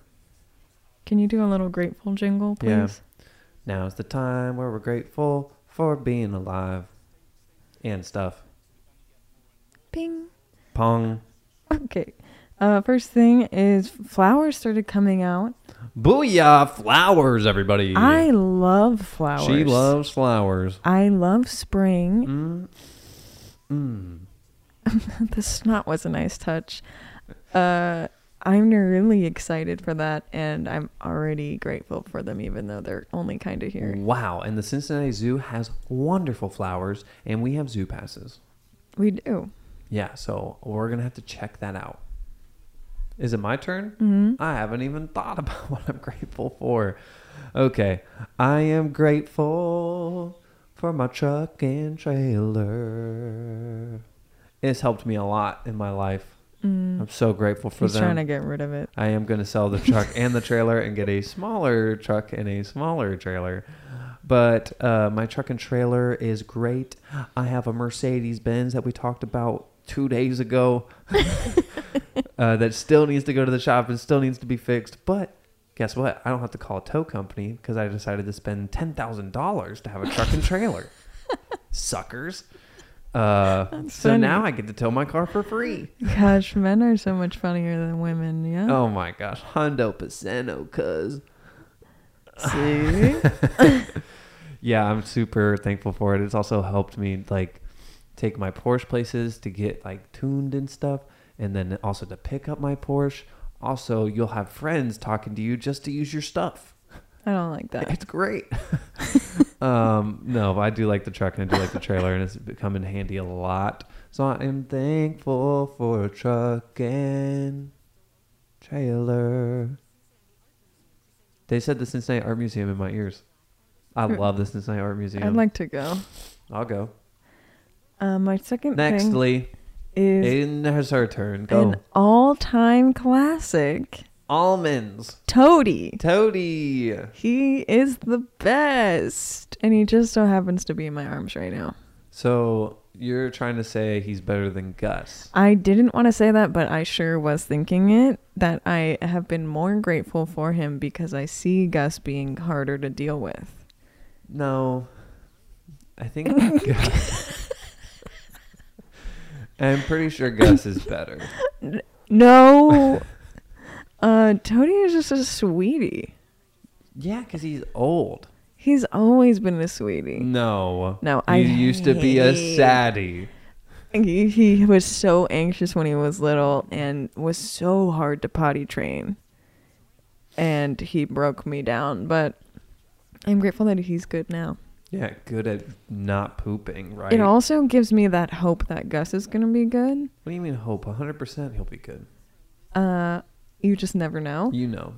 Can you do a little grateful jingle, please?
Yeah. Now is the time where we're grateful for being alive and stuff.
Ping.
Pong.
Okay. Uh, first thing is flowers started coming out.
Booyah! Flowers, everybody.
I love flowers.
She loves flowers.
I love spring.
Mm. Mm.
the snot was a nice touch. Uh, I'm really excited for that, and I'm already grateful for them, even though they're only kind of here.
Wow. And the Cincinnati Zoo has wonderful flowers, and we have zoo passes.
We do.
Yeah, so we're gonna have to check that out. Is it my turn?
Mhm.
I haven't even thought about what I'm grateful for. Okay, I am grateful for my truck and trailer. It's helped me a lot in my life.
Mm.
I'm so grateful for
He's
them.
trying to get rid of it.
I am going to sell the truck and the trailer and get a smaller truck and a smaller trailer. But uh, my truck and trailer is great. I have a Mercedes Benz that we talked about two days ago uh, that still needs to go to the shop and still needs to be fixed. But guess what? I don't have to call a tow company because I decided to spend $10,000 to have a truck and trailer. Suckers. Uh,
That's
so
funny.
now I get to tow my car for free.
Gosh, men are so much funnier than women. Yeah.
Oh my gosh, Hondo Pasano, cuz.
See.
Yeah, I'm super thankful for it. It's also helped me like take my Porsche places to get like tuned and stuff, and then also to pick up my Porsche. Also, you'll have friends talking to you just to use your stuff.
I don't like that.
It's great. um, no, but I do like the truck and I do like the trailer, and it's come in handy a lot. So I am thankful for a truck and trailer. They said the Cincinnati Art Museum in my ears. I
Hmm.
love the Cincinnati Art Museum.
I'd like to go.
I'll go.
Uh, my second
Next,
thing
Lee.
is
Aiden has her turn. Go.
an all-time classic,
Almonds.
Toady.
Toady.
He is the best, and he just so happens to be in my arms right now.
So you're trying to say he's better than Gus.
I didn't want to say that, but I sure was thinking it. That I have been more grateful for him because I see Gus being harder to deal with.
No, I think Gus- I'm pretty sure Gus is better.
No, uh, Toady is just a sweetie.
Yeah, because he's old.
He's always been a sweetie.
No,
No,
he
I
used to be a
hate-
saddie.
He, he was so anxious when he was little and was so hard to potty train. And he broke me down, but I'm grateful that he's good now.
Yeah, good at not pooping, right?
It also gives me that hope that Gus is going to be good.
what do you mean hope? 100 percent he'll be good.
Uh, you just never know.
You know,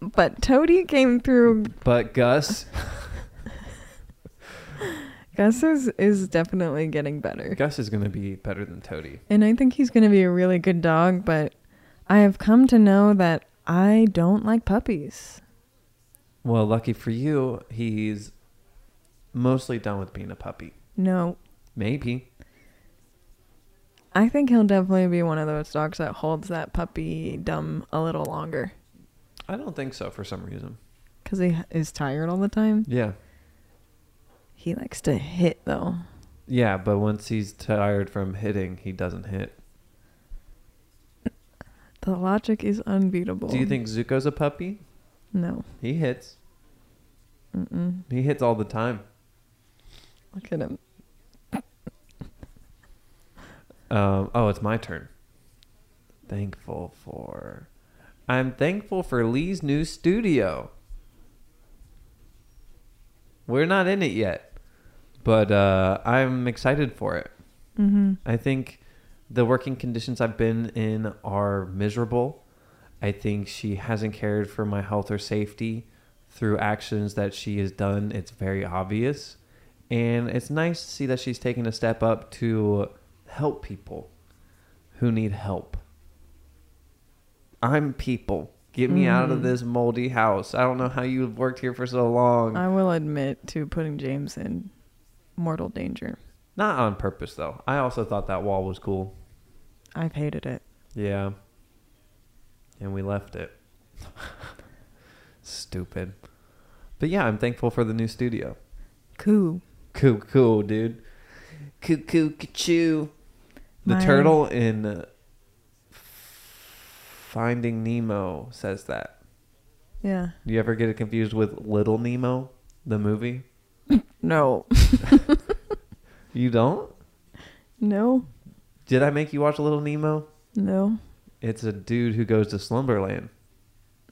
But Toady came through.
but Gus,
Gus is, is definitely getting better.
Gus is gonna be better than Toady.
And I think he's going to be a really good dog, but I have come to know that I don't like puppies.
Well, lucky for you, he's mostly done with being a puppy.
No,
Maybe.
I think he'll definitely be one of those dogs that holds that puppy dumb a little longer
I don't think so for some reason.
because he is tired all the time.
Yeah.
He likes to hit though.
Yeah, but once he's tired from hitting, he doesn't hit.
The logic is unbeatable.
Do you think Zuko's a puppy?
No.
He hits.
Mm-mm.
He hits all the time.
Look at him.
Um, oh, it's my turn. Thankful for. I'm thankful for Lee's new studio. We're not in it yet, but uh, I'm excited for it.
Mm-hmm.
I think the working conditions I've been in are miserable. I think she hasn't cared for my health or safety through actions that she has done. It's very obvious. And it's nice to see that she's taken a step up to help people who need help. I'm people. Get me out of
Mhm.
this moldy house. I don't know how you've
Uh,
worked here for so long.
I will admit to putting James in mortal danger.
Not on purpose though. I also thought that wall was cool.
I've hated it.
Yeah. And we left it. Stupid. But yeah, I'm thankful for the new studio.
Cool.
Cool, cool, dude. Coo, coo, choo. The
My-
turtle in uh, Finding Nemo says that.
Yeah.
Do you ever get it confused with Little Nemo, the movie?
No.
You don't?
No.
Did I make you watch Little Nemo?
No.
It's a dude who goes to Slumberland.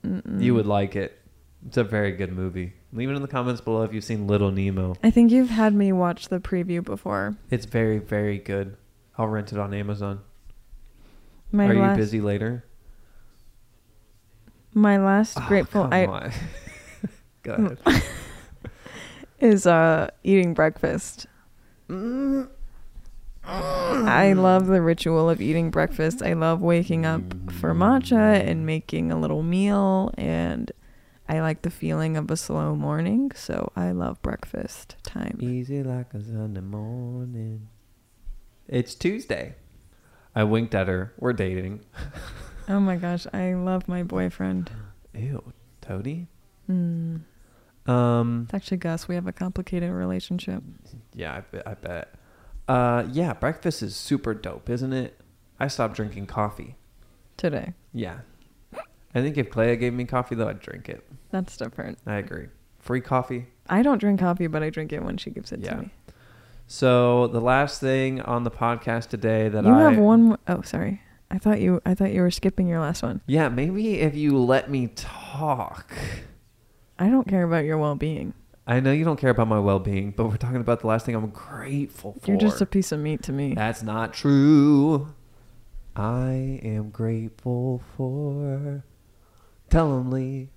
Mm-mm.
You would like it. It's a very good movie. Leave it in the comments below if you've seen Little Nemo.
I think you've had me watch the preview before.
It's very, very good. I'll rent it on Amazon.
My
Are
last,
you busy later?
My last
Oh,
grateful
come
I
on. Go ahead.
is uh eating breakfast. I love the ritual of eating breakfast. I love waking up for matcha and making a little meal and I like the feeling of a slow morning, so I love breakfast time.
Easy like a Sunday morning. It's Tuesday. I winked at her. We're dating.
Oh my gosh, I love my boyfriend.
Ew, Toady.
Mm.
Um.
It's actually Gus. We have a complicated relationship.
Yeah, I, bet- I bet. Uh, yeah, breakfast is super dope, isn't it? I stopped drinking coffee.
Today.
Yeah. I think if Clea gave me coffee, though, I'd drink it.
That's different.
I agree. Free coffee.
I don't drink coffee, but I drink it when she gives it
Yeah.
to me.
So the last thing on the podcast today that
you
I
have one. mo- Oh, sorry. I thought you. I thought you were skipping your last one.
Yeah, maybe if you let me talk.
I don't care about your well-being.
I know you don't care about my well-being, but we're talking about the last thing I'm grateful for.
You're just a piece of meat to me.
That's not true. I am grateful for. Tell him, Lee.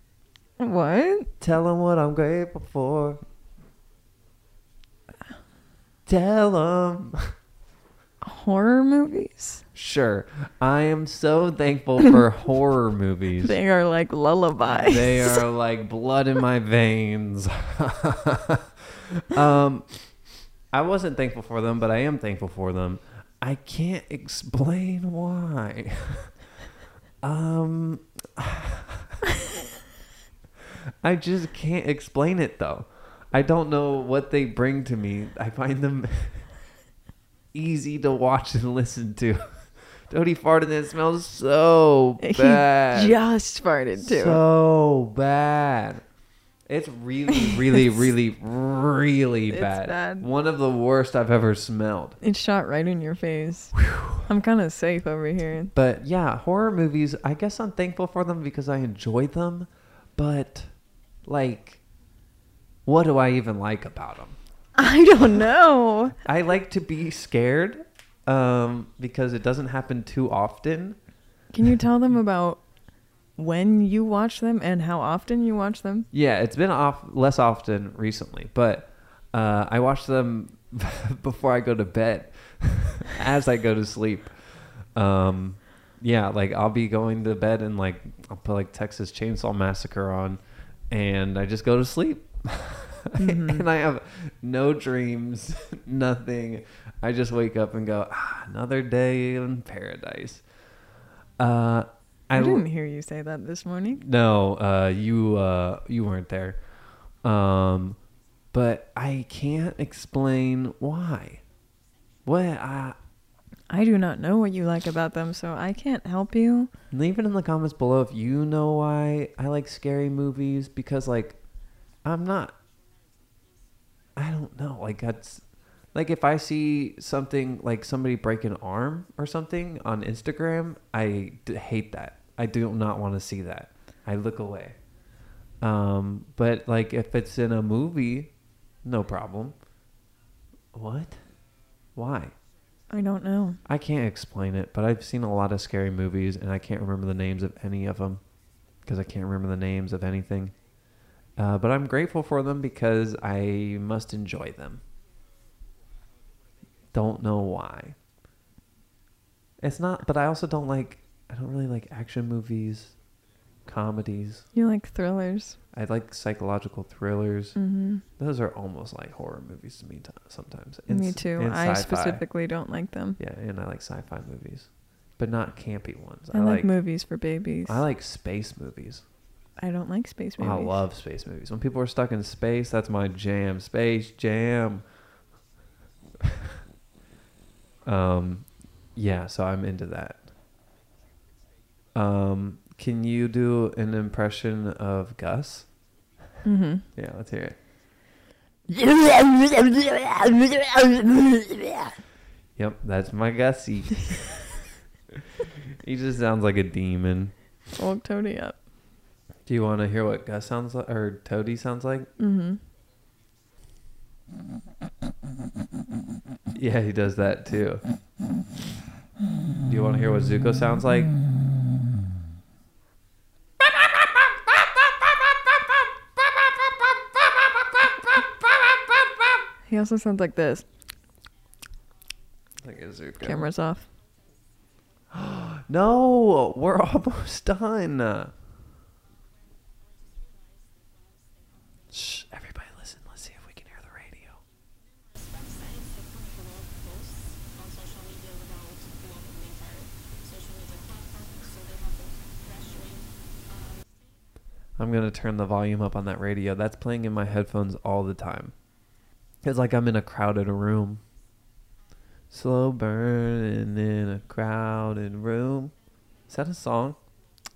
What?
Tell him what I'm grateful for. Tell him.
Horror movies?
Sure. I am so thankful for horror movies.
They are like lullabies.
They are like blood in my veins. um, I wasn't thankful for them, but I am thankful for them. I can't explain why. um, I just can't explain it though. I don't know what they bring to me. I find them easy to watch and listen to. Dodie farted and it smells so
He
bad
just farted too.
so bad. It's really, really, really, really
it's
bad.
bad.
One of the worst I've ever smelled.
it shot right in your face. I'm kind of safe over here.
But yeah, horror movies, I guess I'm thankful for them because I enjoy them. But, like, what do I even like about them?
I don't know.
I like to be scared um, because it doesn't happen too often.
Can you tell them about when you watch them and how often you watch them?
Yeah, it's been off less often recently, but uh, I watch them before I go to bed, as I go to sleep. Um, yeah, like I'll be going to bed and like I'll put like Texas Chainsaw Massacre on, and I just go to sleep,
Mm-hmm.
and I have no dreams, nothing. I just wake up and go, ah, another day in paradise. Uh, I
I,
l-
didn't hear you say that this morning.
no, uh, you uh, you weren't there. Um, but I can't explain why. What? I,
I do not know what you like about them, so I can't help you.
leave it in the comments below if you know why I like scary movies because like I'm not. I don't know. Like that's like if I see something like somebody break an arm or something on Instagram, I d- hate that. I do not want to see that. I look away. Um, but like if it's in a movie, no problem. What? Why?
I don't know.
I can't explain it, but I've seen a lot of scary movies and I can't remember the names of any of them because I can't remember the names of anything. Uh, but I'm grateful for them because I must enjoy them. Don't know why. It's not, but I also don't like, I don't really like action movies. comedies.
You like thrillers.
I like psychological thrillers.
Mm-hmm.
Those are almost like horror movies to me t- sometimes.
Me
s-
too.
and
I
sci-fi.
specifically don't like them.
Yeah, and I like sci-fi movies, but not campy ones.
I, like, movies for babies.
I like Oh, space movies.
I don't like space movies.
I love space movies. When people are stuck in space, that's my jam. Space jam. um, yeah, so I'm into that. Um, can you do an impression of Gus?
Mm-hmm.
Yeah, let's hear it. Yep, that's my Gussie. he just sounds like a demon.
Old Toady up.
Do you want to hear what Gus sounds like or Toady sounds like?
Mm-hmm.
Yeah, he does that too. Do you want to hear what Zuko sounds like?
He also sounds like this.
Like a Zuko.
Camera's off.
No, we're almost done. Shh, everybody listen. Let's see if we can hear the radio. I'm going to turn the volume up on that radio. That's playing in my headphones all the time. It's like I'm in a crowded room. Slow burning in a crowded room. Is that a song?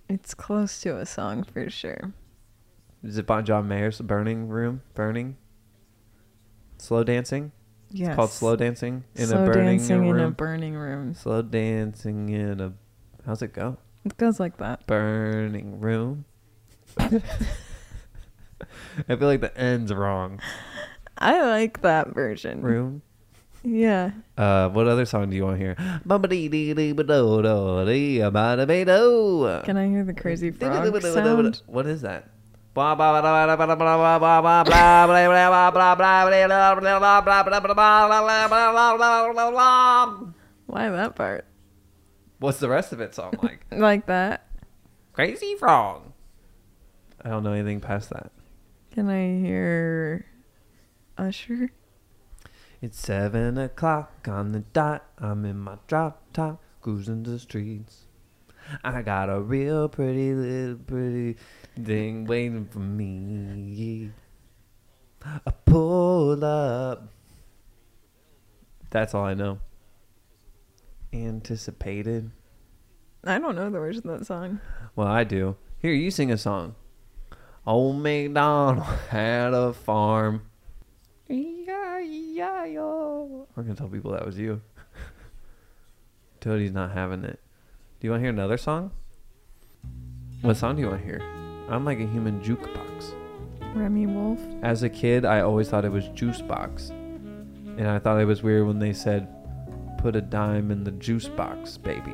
It's close to a song for sure.
Is it by John Mayer's Burning Room? Burning? Slow dancing?
Yes.
It's called slow dancing in
Slow
a burning
dancing
room.
in a burning room.
slow dancing in a. How's it go?
It goes like that.
Burning room. I feel like the end's wrong.
I like that version.
Room.
Yeah.
Uh, what other song do you want to hear? Can
Can I hear the crazy frog sound?
What is that? What's
Why that part?
the rest of it sound like?
Like that?
Crazy frog. I don't know anything past that.
Can I hear Usher?
It's seven o'clock on the dot. I'm in my drop top, cruising the streets. I got a real pretty little pretty thing waiting for me. I pull up. That's all I know. Anticipated.
I don't know the words of that song.
Well, I do. Here, you sing a song. Old MacDonald had a farm. E-I-E-I-O. We're going to tell people that was you. Toadie's not having it. Do you want to hear another song? What song do you want to hear? I'm like a human jukebox.
Remy Wolf?
As a kid, I always thought it was juice box. And I thought it was weird when they said, put a dime in the juice box, baby.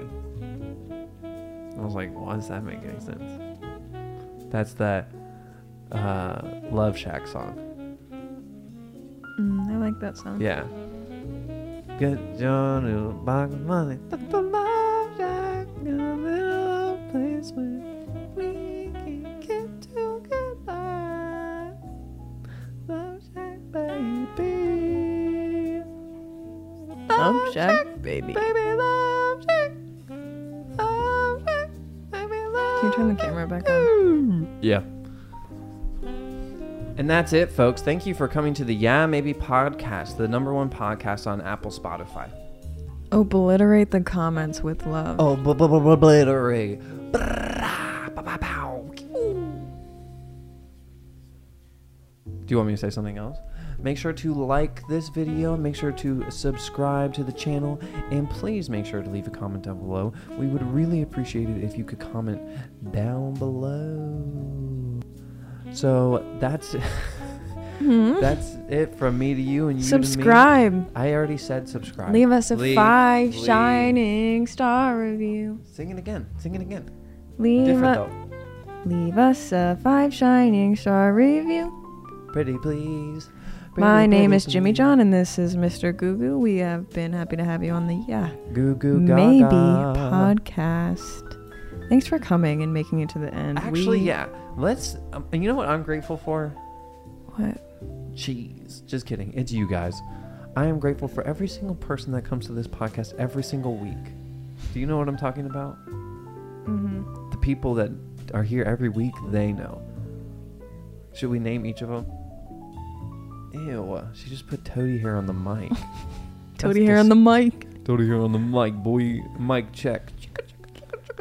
I was like, why does that make any sense? That's that uh, Love Shack song.
Mm, I like that song.
Yeah. Get John a box of money. Put the Love Shack in a little place where we can get to goodbye. Love Shack, baby.
Love Shack, baby.
Baby, love Shack. Love Shack, baby, love
Can you turn the camera back on?
yeah. And that's it, folks. Thank you for coming to the Yeah Maybe podcast, the number one podcast on Apple, Spotify.
Obliterate the comments with love.
Oh, b- b- b- obliterate. Brrrah, ba- ba- pow. Do you want me to say something else? Make sure to like this video, make sure to subscribe to the channel, and please make sure to leave a comment down below. We would really appreciate it if you could comment down below. So that's
Hmm?
that's it from me to you and you to me.
Subscribe.
I already said subscribe.
Leave us a
Leave-
five
leave.
shining star review.
Sing it again. Sing it again.
Leave,
Different
a,
though.
leave us a five shining star review.
Pretty please.
My name is Jimmy John, and this is Mr. Goo Goo. We have been happy to have you on the Yeah
Goo goo
Maybe
gaga.
podcast. Thanks for coming and making it to the end.
Actually,
We-
yeah. Let's. Um, and you know what I'm grateful for?
What?
Cheese. Just kidding. It's you guys. I am grateful for every single person that comes to this podcast every single week. Do you know what I'm talking about?
Mm-hmm.
The people that are here every week, they know. Should we name each of them? Ew. She just put toady hair on the mic.
Toady hair on the mic.
toady hair on the mic, boy. Mic check.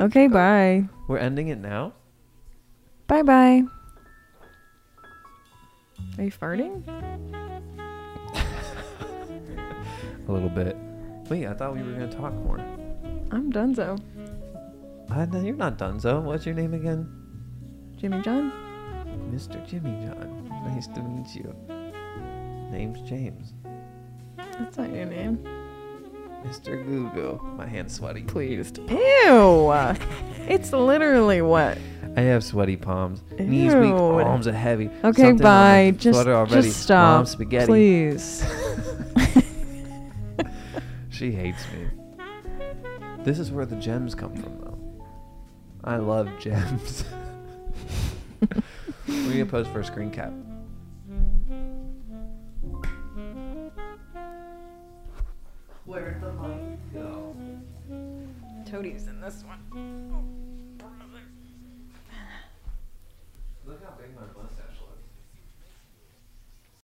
Okay, bye.
We're ending it now.
Bye bye. Are you farting?
A little bit. Wait, I thought we were gonna talk more.
I'm Dunzo.
I, Uh, no, you're not Dunzo. What's your name again?
Jimmy John.
Mr. Jimmy John. Nice to meet you. Name's James.
That's not your name.
Mr. Google. My hand's sweaty.
Pleased. Ew. It's literally what?
I have sweaty palms. Knees weak.
Ew.
Arms are heavy.
Okay,
Something on my
bye. Just,
sweater already.
just stop.
Mom, spaghetti.
Please.
She hates me. This is where the gems come from, though. I love gems. We're gonna post for a screen cap. Where'd the mic go?
Toadie's in this one.